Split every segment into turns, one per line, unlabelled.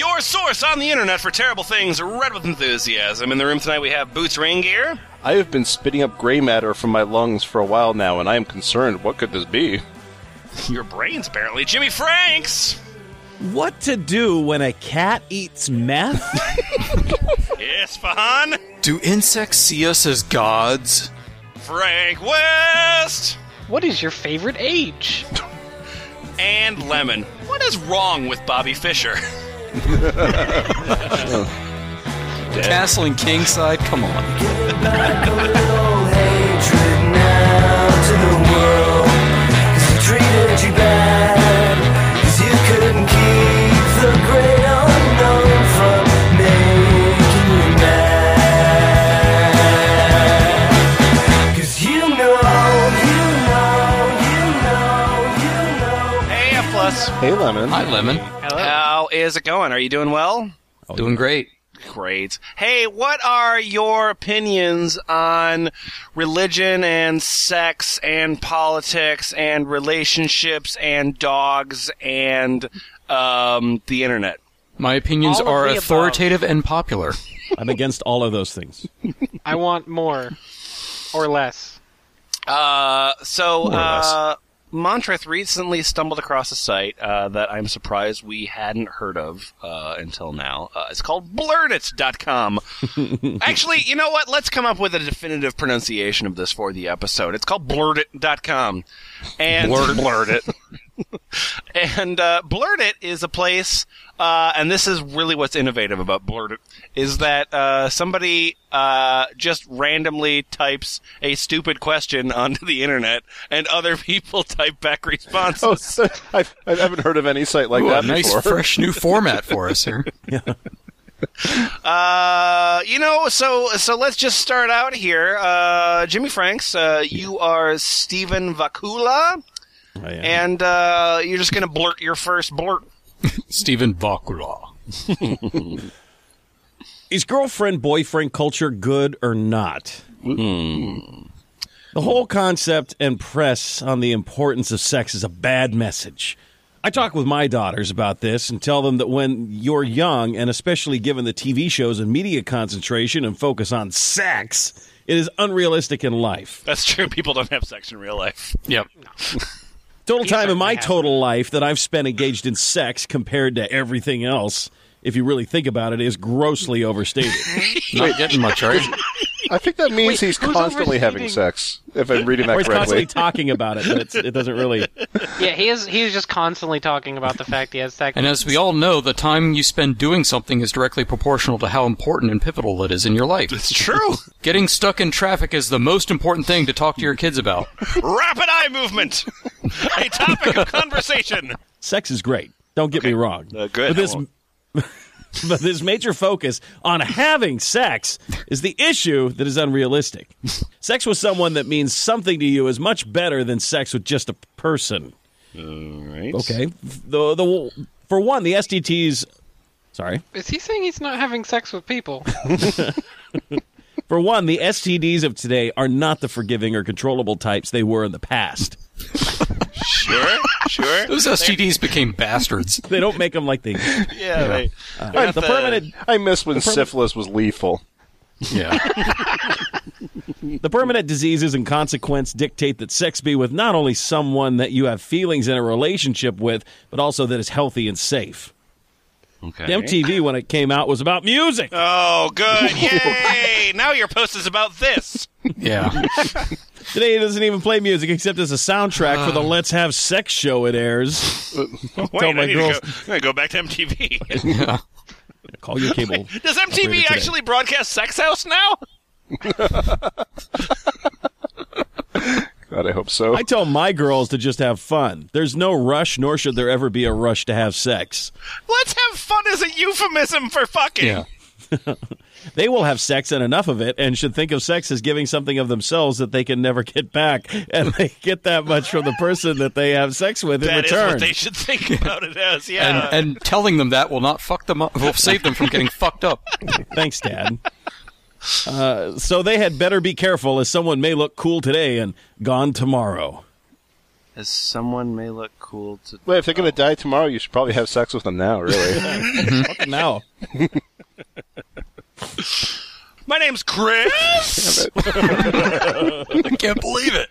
course, on the internet for terrible things read with enthusiasm. In the room tonight, we have Boots Rain Gear.
I have been spitting up gray matter from my lungs for a while now, and I am concerned. What could this be?
Your brains, apparently. Jimmy Franks.
What to do when a cat eats meth?
Yes, Fahan.
Do insects see us as gods?
Frank West.
What is your favorite age?
And Lemon. What is wrong with Bobby Fisher?
Castling Kingside? Come on.
Hey, F plus.
Hey, Lemon.
Hi, Lemon. Oh,
How is it going? Are you doing well?
Doing great.
Great. Hey, what are your opinions on religion and sex and politics and relationships and dogs and um, the internet?
My opinions
All of
are
the above.
authoritative and popular.
I'm against all of those things.
I want more or less.
Uh, so,
or less.
uh, Montreth recently stumbled across a site uh, that I'm surprised we hadn't heard of uh, until now. Uh, it's called blurtit.com. Actually, you know what? Let's come up with a definitive pronunciation of this for the episode. It's called blurtit.com. And blurt, it. and uh, blurt it is a place, uh, and this is really what's innovative about blurt it is that uh, somebody uh, just randomly types a stupid question onto the internet, and other people type back responses.
Oh, so- I, I haven't heard of any site like
Ooh, a
that
nice,
before.
fresh new format for us here.
Uh, you know, so so let's just start out here. Uh, Jimmy Franks, uh, you are Stephen Vakula,
I am.
and uh, you're just gonna blurt your first blurt.
Stephen Bakula.
Is girlfriend boyfriend culture good or not? Hmm. The whole concept and press on the importance of sex is a bad message. I talk with my daughters about this and tell them that when you're young, and especially given the TV shows and media concentration and focus on sex, it is unrealistic in life.
That's true. People don't have sex in real life.
Yep.
Total time in
certainly
my
has.
total life that I've spent engaged in sex compared to everything else, if you really think about it, is grossly overstated.
Not getting much, are you?
I think that means he's
who's
constantly having
overseeding?
sex, if I'm reading
or
that
he's constantly
correctly.
talking about it, but it's, it doesn't really.
Yeah, he is. He is just constantly talking about the fact he has sex.
And as we all know, the time you spend doing something is directly proportional to how important and pivotal it is in your life.
It's true.
Getting stuck in traffic is the most important thing to talk to your kids about.
Rapid eye movement, a topic of conversation.
Sex is great. Don't get me wrong.
Uh, good,
But
I
this,
won't.
but this major focus on having sex is the issue that is unrealistic. sex with someone that means something to you is much better than sex with just a person. Okay. The the for one, the STTs. Sorry.
is he saying he's not having sex with people?
For one, the STDs of today are not the forgiving or controllable types they were in the past.
Sure, sure.
Those STDs became bastards.
They don't make them like they.
Yeah, they-
All right, uh, the permanent
I miss when syphilis was lethal.
Yeah.
The permanent diseases and consequence dictate that sex be with not only someone that you have feelings in a relationship with, but also that is healthy and safe.
Okay.
The MTV, when it came out, was about music.
Oh, good! Yay! now your post is about this.
Yeah.
Today, it doesn't even play music except as a soundtrack for the Let's Have Sex show it airs.
Wait,
Tell my
I need to go-
girls-
I'm gonna go back to MTV.
Call your cable.
Does
Operator
MTV
today.
actually broadcast Sex House now?
God, I hope so.
I tell my girls to just have fun. There's no rush, nor should there ever be a rush to have sex.
Let's have fun is a euphemism for fucking.
Yeah.
They will have sex and enough of it, and should think of sex as giving something of themselves that they can never get back, and they get that much from the person that they have sex with in
That is
return.
what they should think about it as.
And,
Yeah.
and telling them that will not fuck them up, will save them from getting fucked up.
Thanks, Dad. Uh, so they had better be careful, as someone may look cool today and gone tomorrow.
as someone may look cool to. Oh.
Well, if they're going to die tomorrow, you should probably have sex with them now, really.
Fucking now.
My name's Chris.
I can't believe it.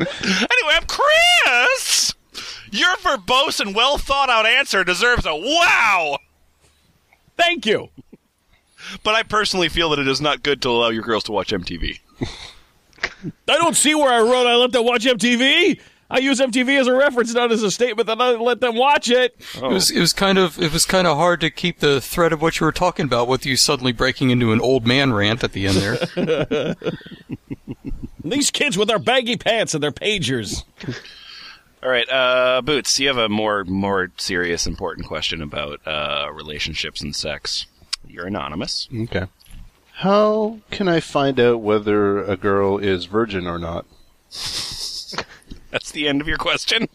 anyway, I'm Chris. Your verbose and well thought out answer deserves a wow.
Thank you.
But I personally feel that it is not good to allow your girls to watch MTV.
I don't see where I wrote I let them watch MTV. I use MTV as a reference, not as a statement that I let them watch it.
It was it was kind of it was kind of hard to keep the thread of what you were talking about with you suddenly breaking into an old man rant at the end there.
These kids with their baggy pants and their pagers.
All right, uh, Boots, you have a more more serious, important question about uh, relationships and sex. You're anonymous.
okay. How can I find out whether a girl is virgin or not?
That's the end of your question.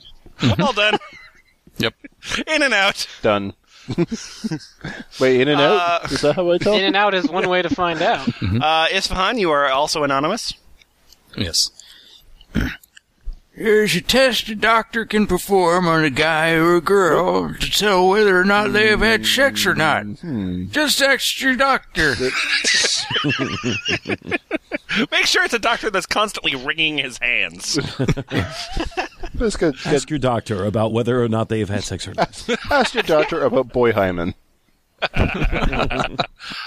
All done.
Yep.
In and out.
Done. Wait, in and
Uh,
out? Is that how I tell?
In and out is one way to find out.
Uh, Isfahan, you are also anonymous.
Yes. Here's a test a doctor can perform on a guy or a girl to tell whether or not they have had sex or not. Just ask your doctor.
Make sure it's a doctor that's constantly wringing his hands.
Let's go get-
Ask your doctor about whether or not they have had sex or not.
ask your doctor about boy hymen.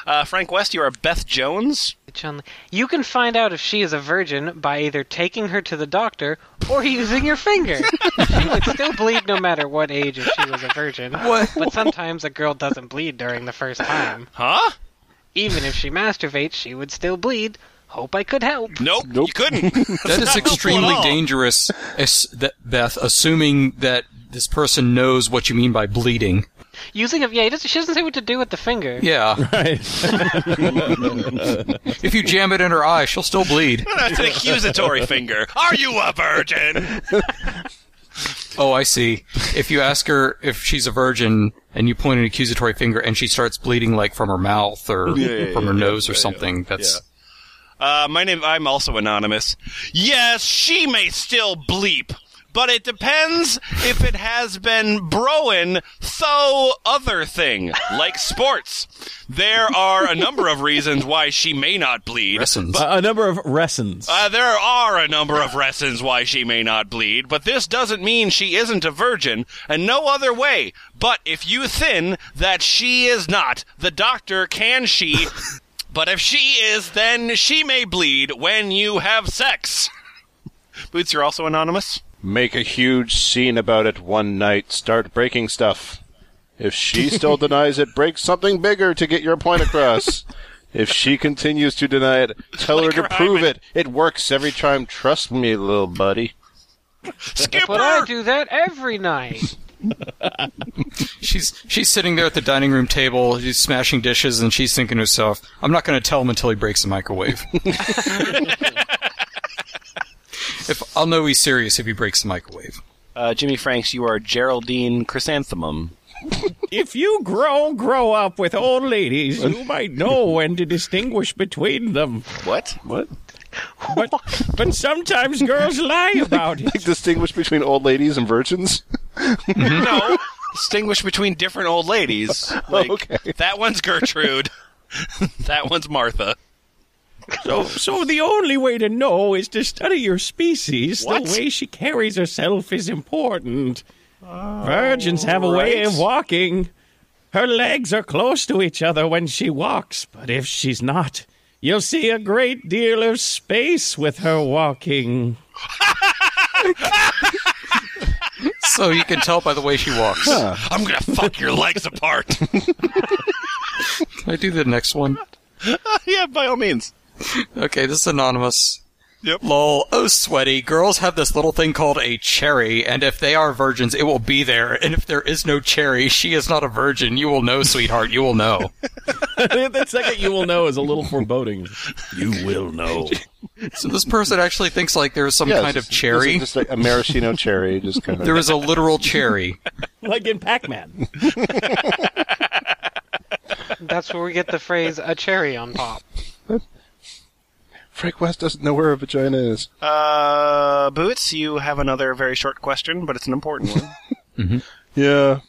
Uh, Frank West, you are Beth Jones.
Chun-Li. You can find out if she is a virgin by either taking her to the doctor or using your finger. she would still bleed no matter what age if she was a virgin.
What?
But sometimes a girl doesn't bleed during the first time.
Huh?
Even if she masturbates, she would still bleed. Hope I could help.
Nope. You couldn't.
That is
not helpful
extremely
at all.
dangerous, as- that- Beth, assuming that this person knows what you mean by bleeding.
Using a yeah, he doesn't, she doesn't say what to do with the finger.
Yeah.
Right.
If you jam it in her eye, she'll still bleed.
That's an accusatory finger. Are you a virgin?
Oh, I see. If you ask her if she's a virgin and you point an accusatory finger and she starts bleeding like from her mouth or
yeah,
from her
yeah,
nose or something, that's
Uh, my name. I'm also anonymous. Yes, she may still bleep, but it depends if it has been broen though other thing like sports. There are a number of reasons why she may not bleed.
Resins.
A number of resins.
Uh, there are a number of reasons why she may not bleed, but this doesn't mean she isn't a virgin, and no other way. But if you thin that she is not, the doctor can she. but if she is, then she may bleed when you have sex. Boots, you're also anonymous.
Make a huge scene about it one night. Start breaking stuff. If she still denies it, break something bigger to get your point across. if she continues to deny it, tell her to
her
prove
hymen.
it. It works every time. Trust me, little buddy.
Skipper,
But I do that every night.
She's she's sitting there at the dining room table, she's smashing dishes, and she's thinking to herself, I'm not gonna tell him until he breaks the microwave. if I'll know he's serious if he breaks the microwave.
uh, Jimmy Franks, you are Geraldine Chrysanthemum.
If you grow grow up with old ladies, you might know when to distinguish between them.
What?
What?
But but sometimes girls lie about it.
Distinguish between old ladies and virgins?
no. Distinguish between different old ladies. Like,
Okay.
That one's Gertrude. that one's Martha.
So so the only way to know is to study your species.
What?
The way she carries herself is important. Oh, Virgins have a way
right.
of walking. Her legs are close to each other when she walks, but if she's not, you'll see a great deal of space with her walking.
So you can tell by the way she walks.
I'm gonna fuck your legs apart.
Can I do the next one?
yeah, by all means.
Okay, this is anonymous.
Yep.
Lol. Oh, sweaty. Girls have this little thing called a cherry, and if they are virgins, it will be there. And if there is no cherry, she is not a virgin. You will know, sweetheart. You will know.
that second you will know is a little foreboding.
so this person actually thinks like there is some
Yeah,
kind
it's
of
just-
cherry.
it's Just like a maraschino cherry, just kind of.
There is a literal cherry.
Like in Pac Man.
That's where we get the phrase "a cherry on top."
Frank West doesn't know where a vagina is.
Uh, Boots, you have another very short question, but it's an important one.
Mm-hmm.
Yeah.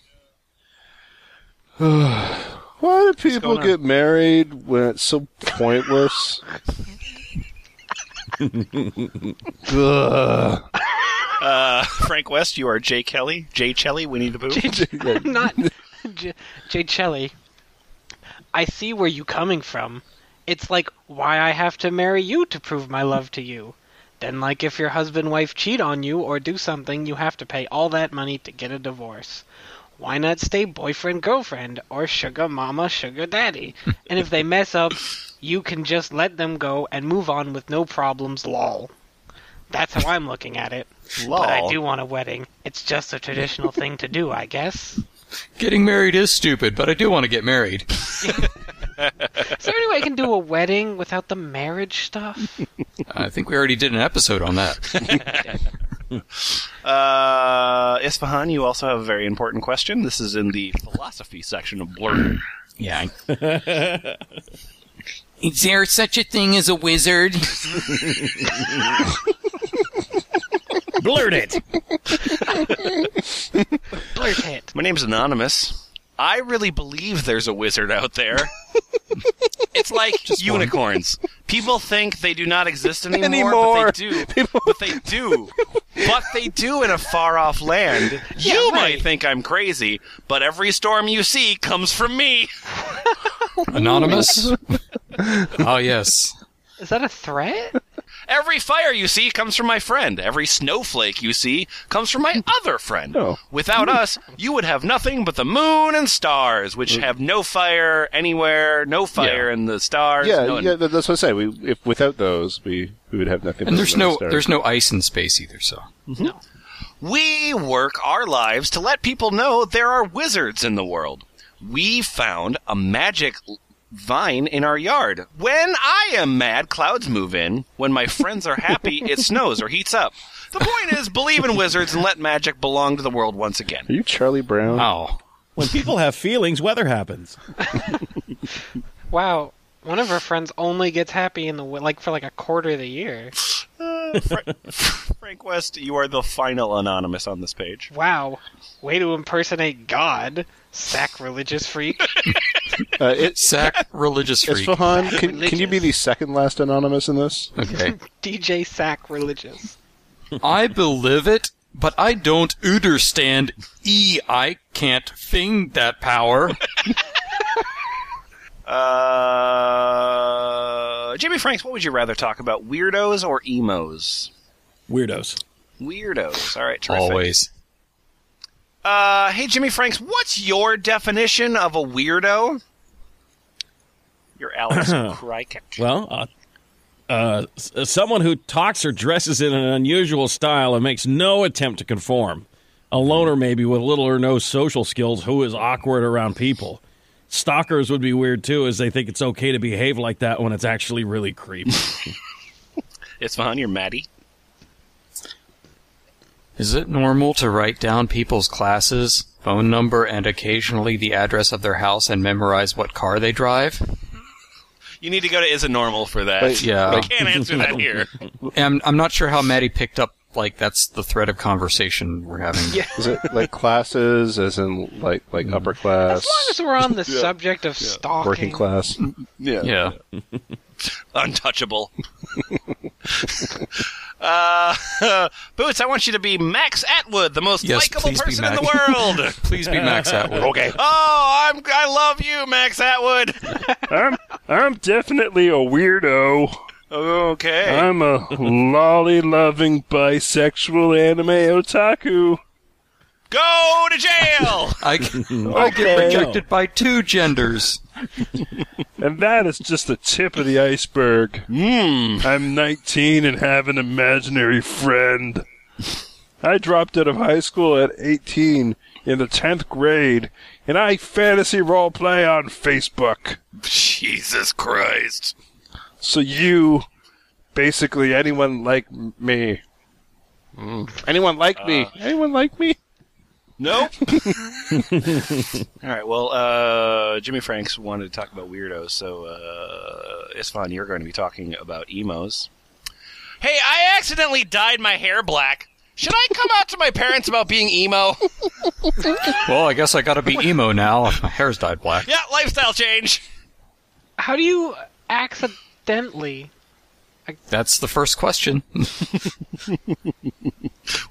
Why do people
going on?
get married when it's so pointless? Ugh.
Uh, Frank West, you are Jay Kelly, Jay Chelly, Winnie the Pooh.
Not J- Jay Chelly. I see where you coming from. It's like why I have to marry you to prove my love to you. Then like if your husband wife cheat on you or do something, you have to pay all that money to get a divorce. Why not stay boyfriend girlfriend or sugar mama sugar daddy? And if they mess up, you can just let them go and move on with no problems lol. That's how I'm looking at it. But I
Lol.
do want a wedding. It's just a traditional thing to do, I guess.
Getting married is stupid, but I do want to get married.
Is there any way I can do a wedding without the marriage stuff?
I think we already did an episode on that.
Uh, Isfahan, you also have a very important question. This is in the philosophy section of Blur.
Yeah. is there such a thing as a wizard?
Blurt it.
Blurt it.
My name's Anonymous. I really believe there's a wizard out there. it's like unicorns. People think they do not exist anymore,
Anymore.
but they do. But they do. but they do in a far off land. you might think I'm crazy, but every storm you see comes from me.
Anonymous? oh, yes.
Is that a threat?
Every fire you see comes from my friend. Every snowflake you see comes from my other friend.
Oh.
Without us, you would have nothing but the moon and stars, which have no fire anywhere, no fire in the stars.
Yeah,
no-
yeah, that- that's what I say. We, if without those, we, we would have nothing.
And
but
there's
another
no
star.
there's no ice in space either, so.
Mm-hmm. We work our lives to let people know there are wizards in the world. We found a magic l- vine in our yard. When I am mad, clouds move in. When my friends are happy, it snows or heats up. The point is, believe in wizards and let magic belong to the world once again.
Are you Charlie Brown?
Wow.
When people have feelings, weather happens.
Wow. One of our friends only gets happy in the wi- like for like a quarter of the year.
Frank West, you are the final anonymous on this page.
Wow. Way to impersonate God, sacrilegious freak.
Uh, it,
Sack religious freak.
Isfahan, can, can you be the second last anonymous in this?
Okay.
DJ sacrilegious.
I believe it, but I don't understand E. I can't fing that power.
Uh, Jimmy Franks, what would you rather talk about, weirdos or emos?
Weirdos.
Weirdos. All right, terrific.
Always.
Uh, hey, Jimmy Franks, what's your definition of a weirdo? You're Alex Krycek.
Well, uh, uh, s- someone who talks or dresses in an unusual style and makes no attempt to conform. A loner, maybe, with little or no social skills, who is awkward around people. Stalkers would be weird too, as they think it's okay to behave like that when it's actually really creepy.
It's fine. You're Maddie.
Is it normal to write down people's classes, phone number, and occasionally the address of their house and memorize what car they drive?
You need to go to Is It Normal for that.
Wait,
Yeah.
I can't answer that here.
I'm, I'm not sure how Maddie picked up, like, that's the thread of conversation we're having. Yeah.
Is it like classes, as in like like upper class,
As long as we're on the subject of stalking.
working class?
Yeah.
Untouchable. uh, Boots, I want you to be Max Atwood, the most
Yes,
likable
please be
person in the
Max.
world.
Please be Max Atwood.
okay. Oh, I'm, I love you, Max Atwood.
I'm I'm definitely a weirdo.
Okay.
I'm a lolly loving bisexual anime otaku.
go to jail.
I, I get rejected by two genders.
And that is just the tip of the iceberg.
Hmm.
Mmm.
I'm 19 and have an imaginary friend. I dropped out of high school at 18 in the 10th grade, and I fantasy roleplay on Facebook.
Jesus Christ.
So you, basically anyone like m- me.
Mm.
Uh,
Anyone like me? Anyone like me?
Nope. All right. Well, uh, Jimmy Franks wanted to talk about weirdos, so uh, Isfan, you're going to be talking about emos. Hey, I accidentally dyed my hair black. Should I come out to my parents about being emo?
Well, I guess I gotta be emo now. My hair's dyed black.
yeah, lifestyle change.
How do you accidentally?
That's the first question.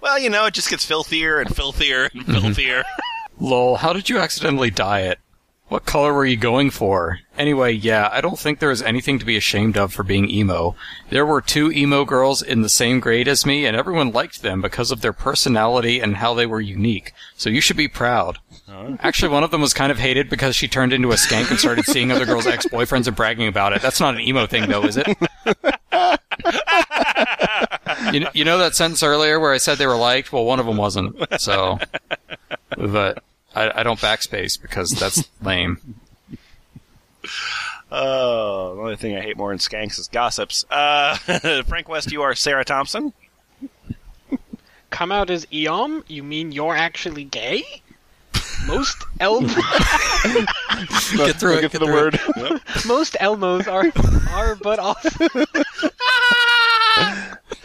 Well, you know, it just gets filthier and filthier
Mm-hmm.
and filthier.
Lol, how did you accidentally dye it? What color were you going for? Anyway, yeah, I don't think there is anything to be ashamed of for being emo. There were two emo girls in the same grade as me, and everyone liked them because of their personality and how they were unique. So you should be proud. Actually, one of them was kind of hated because she turned into a skank and started seeing other girls' ex boyfriends and bragging about it. That's not an emo thing, though, is it? you, kn- you know that sentence earlier where I said they were liked? Well, one of them wasn't. So but I, I don't backspace because that's lame.
Oh, the only thing I hate more than skanks is gossips. Uh, Frank West, you are Sarah Thompson.
Come out as Eom? You mean you're actually gay? Most El
Get through it.
Get to the
through
word.
most Elmos are are but also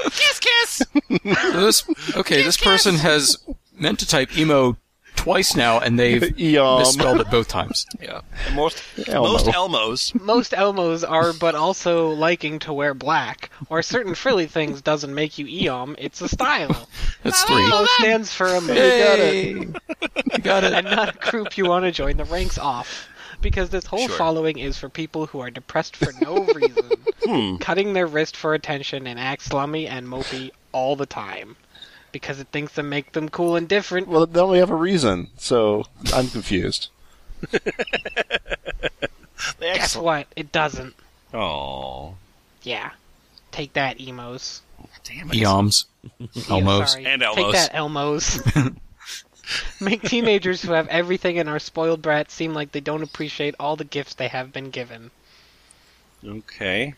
Kiss, kiss.
it. This, okay, this person has meant to type emo twice now, and they've
Eom.
misspelled it both times. Yeah.
Most
Elmo.
most Elmos.
most Elmos are but also liking to wear black or certain frilly things doesn't make you Eom. It's a style.
That's three.
Emo stands for emo.
You got it.
and not a group you want to join the ranks off. Because this whole following is for people who are depressed for no reason, cutting their wrist for attention and act slummy and mopey all the time. Because it thinks they make them cool and different.
Well, they only have a reason, so I'm confused.
Guess what? It doesn't.
Oh,
Yeah. Take that, emos.
damn it.
Eoms.
Yeah,
Almost.
sorry.
And
Take
Elmos.
that, Elmos. Make teenagers who have everything and are spoiled brats seem like they don't appreciate all the gifts they have been given.
Okay.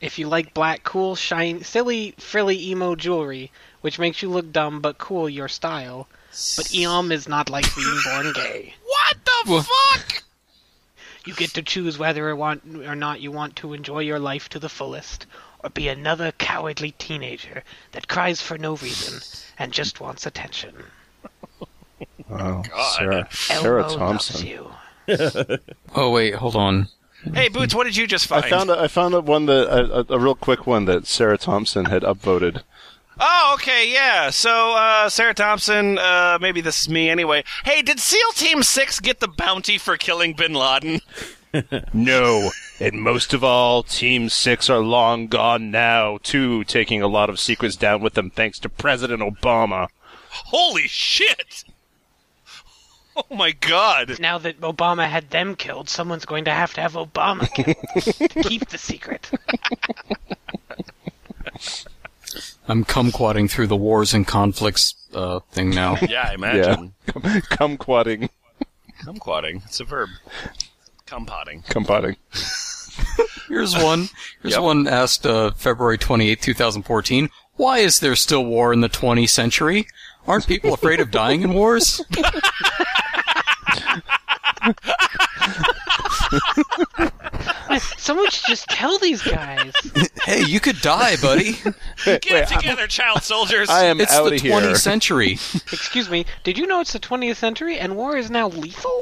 If you like black, cool, shine, silly, frilly emo jewelry, which makes you look dumb but cool your style, but eom is not like being born gay.
What the fuck?
You get to choose whether or, want, or not you want to enjoy your life to the fullest, or be another cowardly teenager that cries for no reason and just wants attention.
Wow,
God.
Sarah, Sarah
Elmo loves
Thompson.
you.
Oh, wait, hold on.
Hey, Boots, what did you just find?
I found a, I found a one that a, a, a real quick one that Sarah Thompson had upvoted.
oh, okay, yeah. So, uh, Sarah Thompson, uh, maybe this is me anyway. Hey, did SEAL Team 6 get the bounty for killing bin Laden?
No, and most of all, Team Six are long gone now. Too taking a lot of secrets down with them, thanks to President Obama.
Holy shit! Oh my god.
Now that Obama had them killed, someone's going to have to have Obama killed to keep the secret.
I'm kumquatting through the wars and conflicts uh, thing now.
Yeah,
Yeah,
I imagine.
come quadding,
Cum Cumquatting. It's a verb. Cumpotting.
come potting.
Here's one. Here's one asked uh, February 28, 2014. Why is there still war in the 20th century? Aren't people afraid of dying in wars?
Someone should just tell these guys.
Hey, you could die, buddy.
Get it together, child soldiers.
I am
It's
out
the
of here.
20th century.
Excuse me, did you know it's the 20th century and war is now lethal?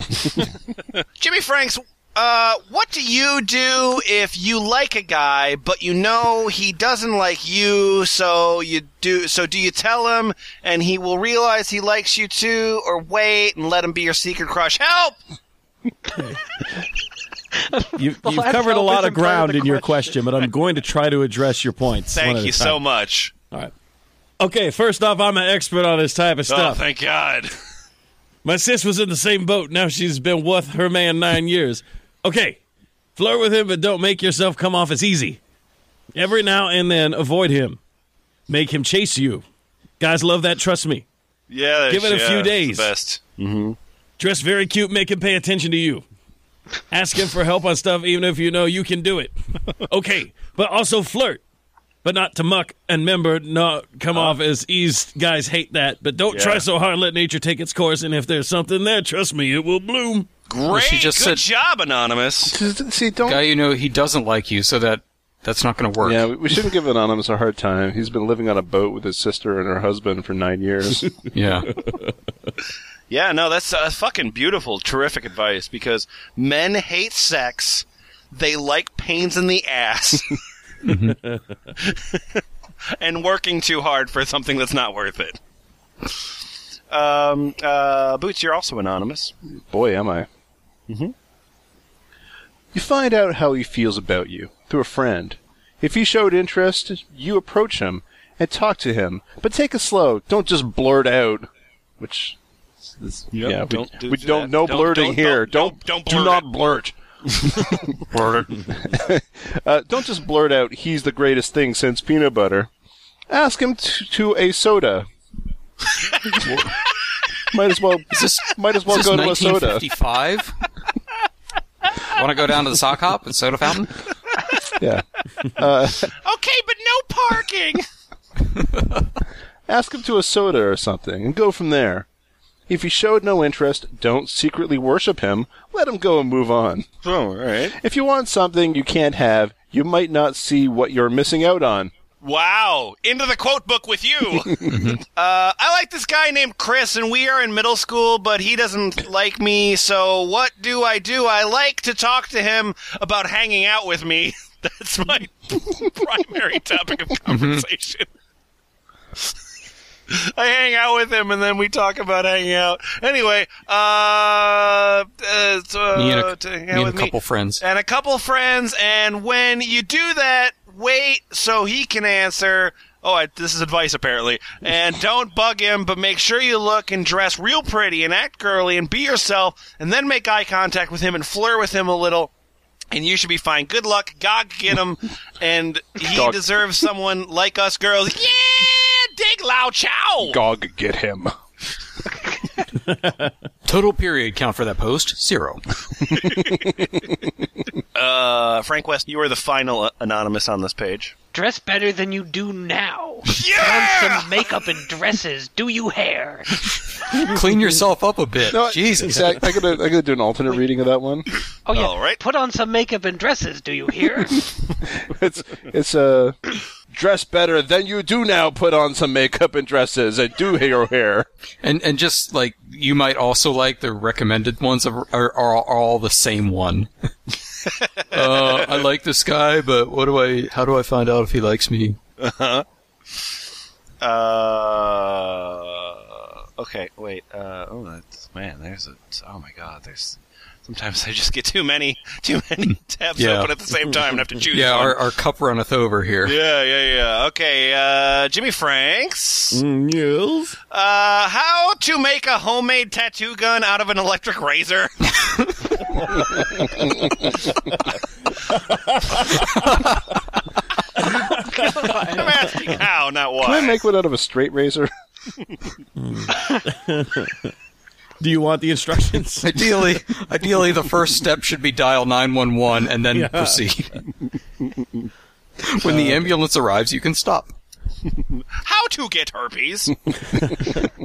Jimmy Franks, uh, what do you do if you like a guy, but you know he doesn't like you? So you do. So do you tell him, and he will realize he likes you too, or wait and let him be your secret crush? Help!
You've,
Well,
you've
that's
covered a
always
lot
a part
of
of
ground
the
in your
question.
question, but I'm going to try to address your points. one at
Thank
a
you so
time.
much.
All right. Okay, first off, I'm an expert on this type of
Oh,
stuff.
thank God.
My sis was in the same boat. Now she's been with her man nine years. Okay, flirt with him, but don't make yourself come off as easy. Every now and then, avoid him. Make him chase you. Guys love that. Trust me.
Yeah,
Give it a
yeah,
few
it's the
days. Mm-hmm.
Best.
Dress very cute. Make him pay attention to you. Ask him for help on stuff, even if you know you can do it. Okay, but also flirt. but not to muck and member not come off as ease. Guys hate that, but don't try
Yeah.
so hard. Let nature take its course, and if there's something there, trust me, it will bloom.
Great,
she just
good
said-
job, anonymous.
See, don't.
Guy, you know he doesn't like you, so that that's not going to work.
yeah, we- we shouldn't give Anonymous a hard time. He's been living on a boat with his sister and her husband for nine years.
yeah.
Yeah, no, that's uh, fucking beautiful, terrific advice because men hate sex. They like pains in the ass. and working too hard for something that's not worth it. Um, uh, Boots, you're also anonymous.
Boy, am I. Mm-hmm. You find out how he feels about you through a friend. If he showed interest, you approach him and talk to him, but take it slow. Don't just blurt out, which. Is, yeah, we
don't do
we
that.
don't no
Don't-
blurting
don't-
here.
don't-
Don't
don't- don't
do
blurt
not
it.
blurt. Uh, don't just blurt out, he's the greatest thing since peanut butter. Ask him t- to a soda. might as well,
Is this,
might as well
is this
go to a soda.
1955? Want to go down to the sock hop and soda fountain?
Yeah.
Okay, but no parking.
Ask him to a soda or something and go from there. If he showed no interest, don't secretly worship him. Let him go and move on.
oh, all right.
If you want something you can't have, you might not see what you're missing out on.
Wow, into the quote book with you. uh, I like this guy named Chris, and we are in middle school, but he doesn't like me. So what do I do? I like to talk to him about hanging out with me. That's my primary topic of conversation. I hang out with him, and then we talk about hanging out. Anyway, uh, uh, so,
Me and a,
to hang
me
out
and a
with me
couple friends.
and a couple friends. And when you do that, wait so he can answer. Oh, I, this is advice apparently. And don't bug him, but make sure you look and dress real pretty and act girly and be yourself, and then make eye contact with him and flirt with him a little. And you should be fine. Good luck, Gog, get him, and he
Gog.
deserves someone like us girls. Yeah, dig Lao Chow.
Gog, get him.
Total period count for that post zero.
Uh, Frank West, you are the final uh, anonymous on this page.
Dress better than you do now. Put
Yeah,
on some makeup and dresses. Do you hair?
Clean yourself up a bit.
No,
Jesus.
Zach, I gotta, I gotta do an alternate reading of that one.
Oh yeah.
All right.
Put on some makeup and dresses. Do you hear?
It's, it's a uh, dress better than you do now. Put on some makeup and dresses and do your hair.
And and just like you might also like the recommended ones are are, are all the same one. uh, I like this guy, but what do I? How do I find out if he likes me?
Uh, okay, wait. Uh, oh, that's man. There's a. Oh my God. There's. Sometimes I just get too many, too many tabs
Yeah.
open at the same time and have to choose.
Yeah,
one.
our, our cup runneth over here.
yeah, yeah, yeah. Okay, uh, Jimmy Franks.
Yes.
Uh, how to make a homemade tattoo gun out of an electric razor? I'm asking how, not why.
Can I make one out of a straight razor?
Do you want the instructions?
Ideally, ideally, the first step should be dial nine one one and then
Yeah.
proceed. when the ambulance arrives, you can stop.
how to get herpes?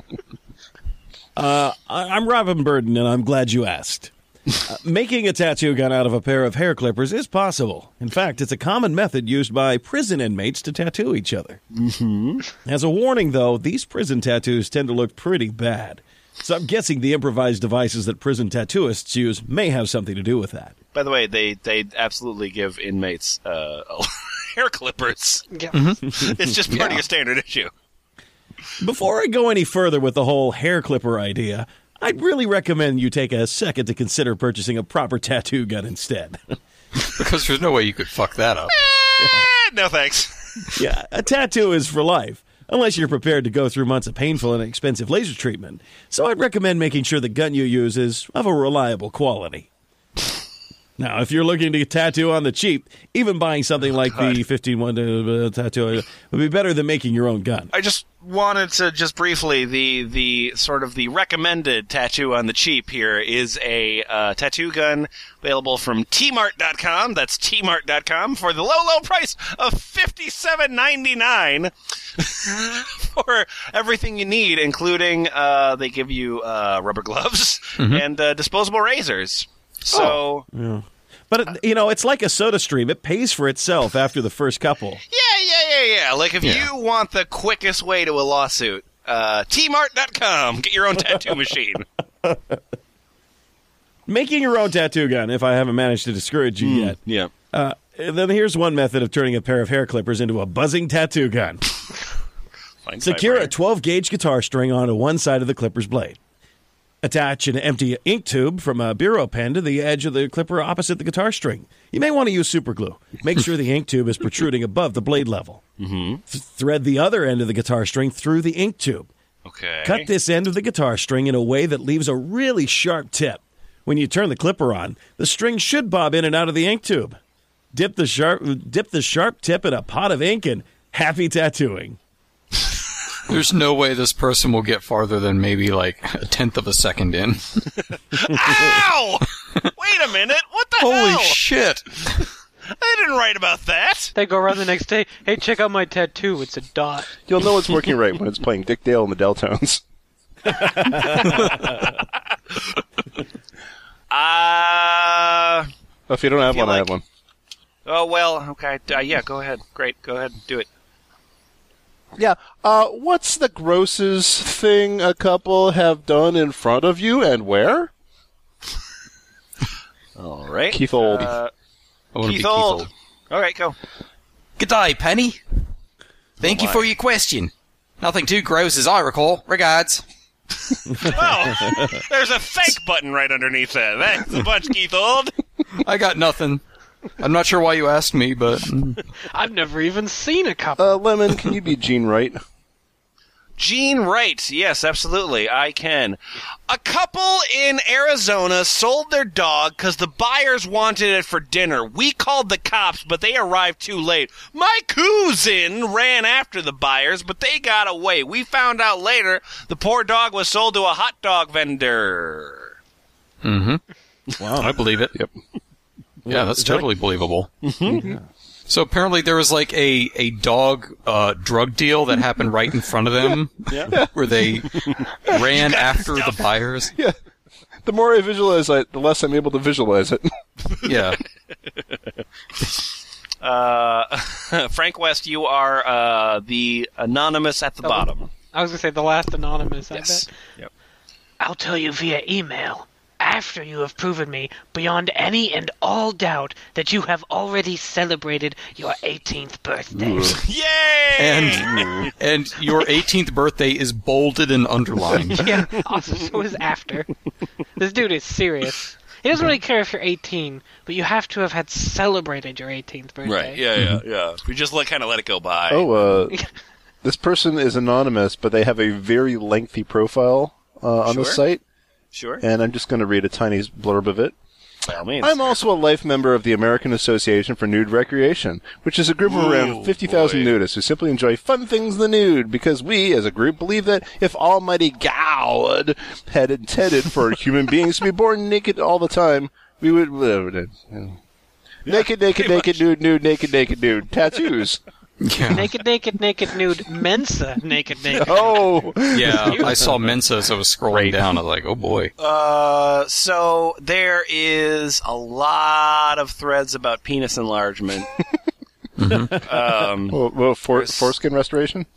Uh, I- I'm Robin Burden, and I'm glad you asked. Uh, making a tattoo gun out of a pair of hair clippers is possible. In fact, it's a common method used by prison inmates to tattoo each other. Mm-hmm. As a warning, though, these prison tattoos tend to look pretty bad. So I'm guessing the improvised devices that prison tattooists use may have something to do with that.
By the way, they they absolutely give inmates uh, hair clippers.
Yeah.
It's just part of your standard issue.
Before I go any further with the whole hair clipper idea, I'd really recommend you take a second to consider purchasing a proper tattoo gun instead.
Because there's no way you could fuck that up.
Eh, no thanks.
yeah, a tattoo is for life, unless you're prepared to go through months of painful and expensive laser treatment. So I'd recommend making sure the gun you use is of a reliable quality. Now, if you're looking to get tattoo on the cheap, even buying something like the 15-1 tattoo uh, would be better than making your own gun.
I just wanted to just briefly the the sort of the recommended tattoo on the cheap here is a uh, tattoo gun available from tmart.com. That's tmart.com for the low low price of 57.99 for everything you need including uh, they give you uh, rubber gloves and uh, disposable razors.
Oh.
So
But, it, you know, it's like a soda stream. It pays for itself after the first couple.
Yeah, yeah, yeah, yeah. Like if you want the quickest way to a lawsuit, uh, tmart.com. Get your own tattoo machine.
Making your own tattoo gun, if I haven't managed to discourage you yet.
Yeah.
Uh, then here's one method of turning a pair of hair clippers into a buzzing tattoo gun.
Find
Secure a
typewriter.
12 gauge guitar string onto one side of the clipper's blade. Attach an empty ink tube from a bureau pen to the edge of the clipper opposite the guitar string. You may want to use super glue. Make sure the ink tube is protruding above the blade level. Mm-hmm. thread the other end of the guitar string through the ink tube.
Okay.
Cut this end of the guitar string in a way that leaves a really sharp tip. When you turn the clipper on, the string should bob in and out of the ink tube. Dip the sharp dip the sharp tip in a pot of ink and happy tattooing.
There's no way this person will get farther than maybe like a tenth of a second in.
Ow! Wait a minute. What the hell?
Holy shit!
I didn't write about that.
They go around the next day. Hey, check out my tattoo. It's a dot.
You'll know it's working right when it's playing Dick Dale and the Deltones.
Uh.
If you don't have
Feel
one, I have
like-
one.
Oh well. Okay. Uh, yeah. Go ahead. Great. Go ahead. Do it.
Yeah. Uh, what's the grossest thing a couple have done in front of you and where?
All right.
Keith Old.
Uh,
I wanna be
Keith Old. All right. Go.
Good day, Penny. Thank you for your question. Nothing too gross as I recall. Regards.
Well, Oh, there's a thank button right underneath that. Thanks a bunch, Keith Old.
I got nothing. I'm not sure why you asked me, but mm.
I've never even seen a couple.
Uh, Lemon, can you be Gene Wright?
Gene Wright. Yes, absolutely. I can. A couple in Arizona sold their dog because the buyers wanted it for dinner. We called the cops, but they arrived too late. My cousin ran after the buyers, but they got away. We found out later the poor dog was sold to a hot dog vendor.
Mm-hmm. I believe it.
Yep.
Yeah, that's totally believable. So apparently there was like a a dog uh, drug deal that happened right in front of them, where they ran after the buyers. Yeah.
The more I visualize it, the less I'm able to visualize it.
Uh, Frank West, you are uh, the anonymous at the bottom.
I was gonna say the last anonymous.
Yes.
I bet. I'll tell you via email after you have proven me beyond any and all doubt that you have already celebrated your 18th birthday.
Yay!
and and your 18th birthday is bolded and underlined.
yeah, also so is after. This dude is serious. He doesn't really care if you're 18, but you have to have had celebrated your 18th birthday.
Yeah. Yeah. Yeah. We just let kind of let it go by.
Oh, uh, this person is anonymous, but they have a very lengthy profile uh, on the
Sure.
site,
Sure.
and I'm just going to read a tiny blurb of it.
By all means.
I'm also a life member of the American Association for Nude Recreation, which is a group of around 50,000 nudists who simply enjoy fun things in the nude because we, as a group, believe that if Almighty God had intended for human beings to be born naked all the time, we would. naked, naked, naked, nude, nude, naked, naked, nude. Tattoos.
Yeah.
Naked, naked, naked, nude, Mensa, naked, naked.
Oh!
Yeah, I saw Mensa as I was scrolling down. I was like, oh boy.
Uh, so there is a lot of threads about penis enlargement. um,
Well, well, for, foreskin restoration?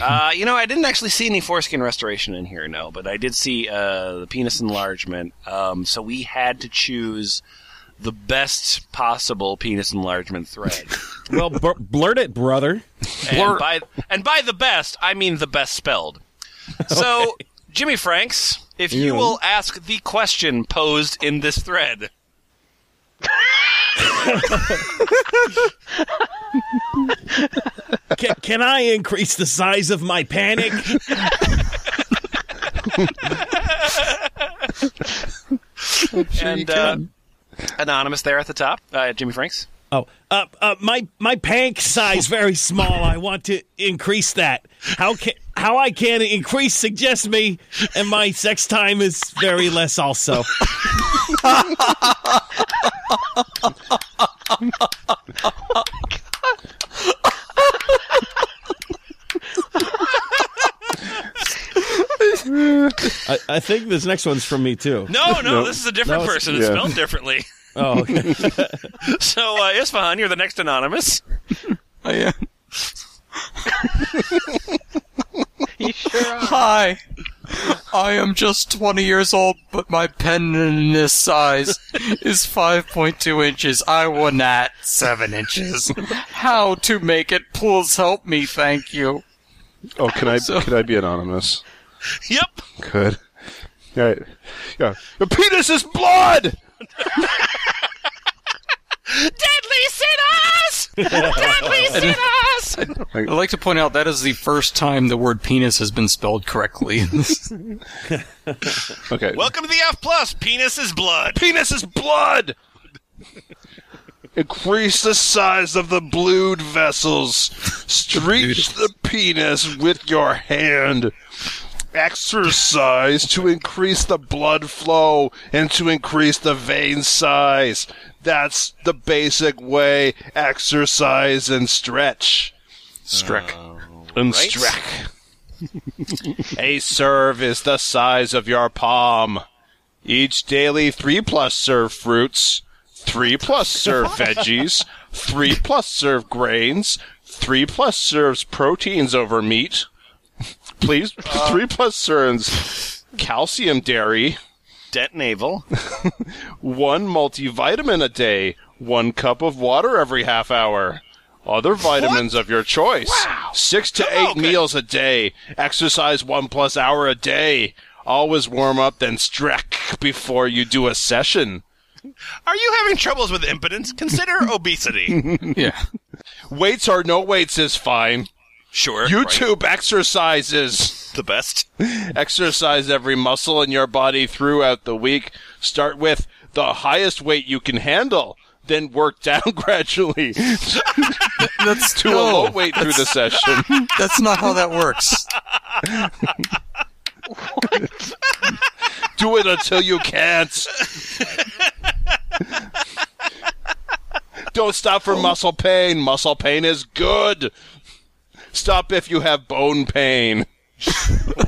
uh, you know, I didn't actually see any foreskin restoration in here, no, but I did see uh, the penis enlargement. Um, so we had to choose the best possible penis enlargement thread.
Well, bur- blurt it, brother.
and, by, and by the best, I mean the best spelled. So, Jimmy Franks, if you
Yeah.
will ask the question posed in this thread.
Can, can I increase the size of my panic?
and uh, Anonymous there at the top, uh, Jimmy Franks.
Oh, uh, uh, my my pank size very small. I want to increase that. How can how I can increase? Suggest me, and my sex time is very less. Also, I, I think this next one's from me too.
No, no, this is a different
No, it's-
person. It's
yeah.
spelled differently.
Oh, okay.
So, uh, Isfahan, you're the next anonymous.
I am.
You sure are.
Hi. I am just 20 years old, but my penis size is 5.2 inches. I won at 7 inches. How to make it? Please help me, thank you.
Oh, can I
So-
can I be anonymous?
Yep.
Good. All right. Yeah. The penis is blood.
Deadly sinners! Deadly sinners!
I'd like to point out that is the first time the word penis has been spelled correctly.
Okay.
Welcome to the F plus. Penis is blood.
Penis is blood! Increase the size of the blued vessels. Stretch the penis with your hand. Exercise to increase the blood flow and to increase the vein size. That's the basic way. Exercise and stretch.
Strick.
Oh,
And
Right.
A serve is the size of your palm. Each daily three plus serve fruits, three plus serve veggies, three plus serve grains, three plus serves proteins over meat. Please,
Uh,
three plus serves calcium dairy,
Dent navel.
one multivitamin a day, one cup of water every half hour. Other vitamins of your choice. Six to eight
okay.
meals a day. Exercise one plus hour a day. Always warm up, then stretch before you do a session.
Are you having troubles with impotence? Consider obesity.
Yeah.
Weights or no weights is fine.
Sure. right?
YouTube exercises.
the best.
Exercise every muscle in your body throughout the week. Start with the highest weight you can handle, then work down gradually to
That's
a
no,
low weight through the session.
That's not how that works.
Do it until you can't. Don't stop for muscle pain. Muscle pain is good. Stop if you have bone pain.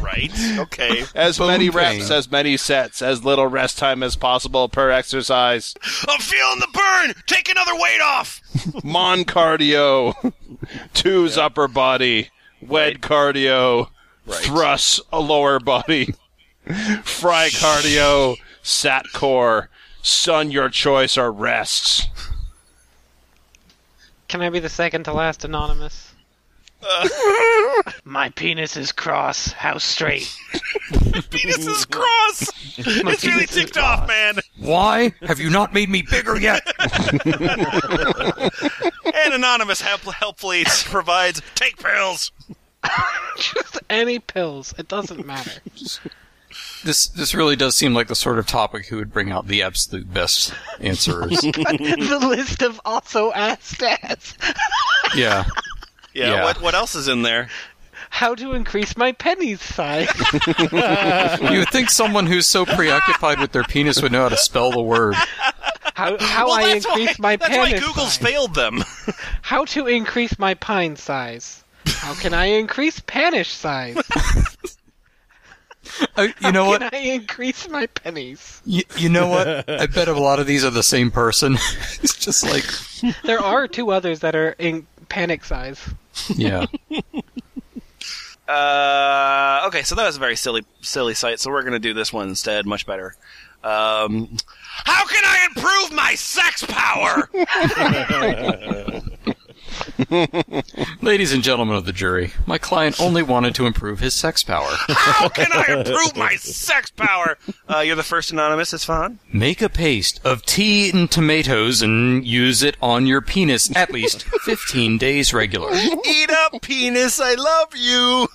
Right. Okay.
As many reps,
pain.
as many sets, as little rest time as possible per exercise.
I'm feeling the burn. Take another weight off.
Mon cardio. Twos upper body. Wed cardio. Thrusts a lower body. Fry cardio. Sat core. Sun your choice or rests.
Can I be the second to last anonymous? My penis is cross. How straight?
Penis is cross. It's really ticked off, man.
Why have you not made me bigger yet?
And anonymous help- helpfully provides take pills.
Just any pills. It doesn't matter.
This this really does seem like the sort of topic who would bring out the absolute best answers.
the list of also asked as
yeah.
Yeah.
Yeah.
What What else is in there?
how to increase my penny's size.
You would think someone who's so preoccupied with their penis would know how to spell the word.
How how I
that's
increase
why,
my
That's
penis.
why Google's
size.
failed them.
How to increase my pine size. How can I increase panish size?
I, Uh, you know
Can
what?
I increase my pennies?
You, you know what? I bet a lot of these are the same person. it's just like,
There are two others that are in panic size.
yeah.
Uh, okay, so that was a very silly, silly site. So we're gonna do this one instead. Much better. Um, how can I improve my sex power?
Ladies and gentlemen of the jury, my client only wanted to improve his sex power.
How can I improve my sex power? Uh, you're the first anonymous. It's fine.
Make a paste of tea and tomatoes and use it on your penis at least 15 days regular.
Eat up, penis. I love you.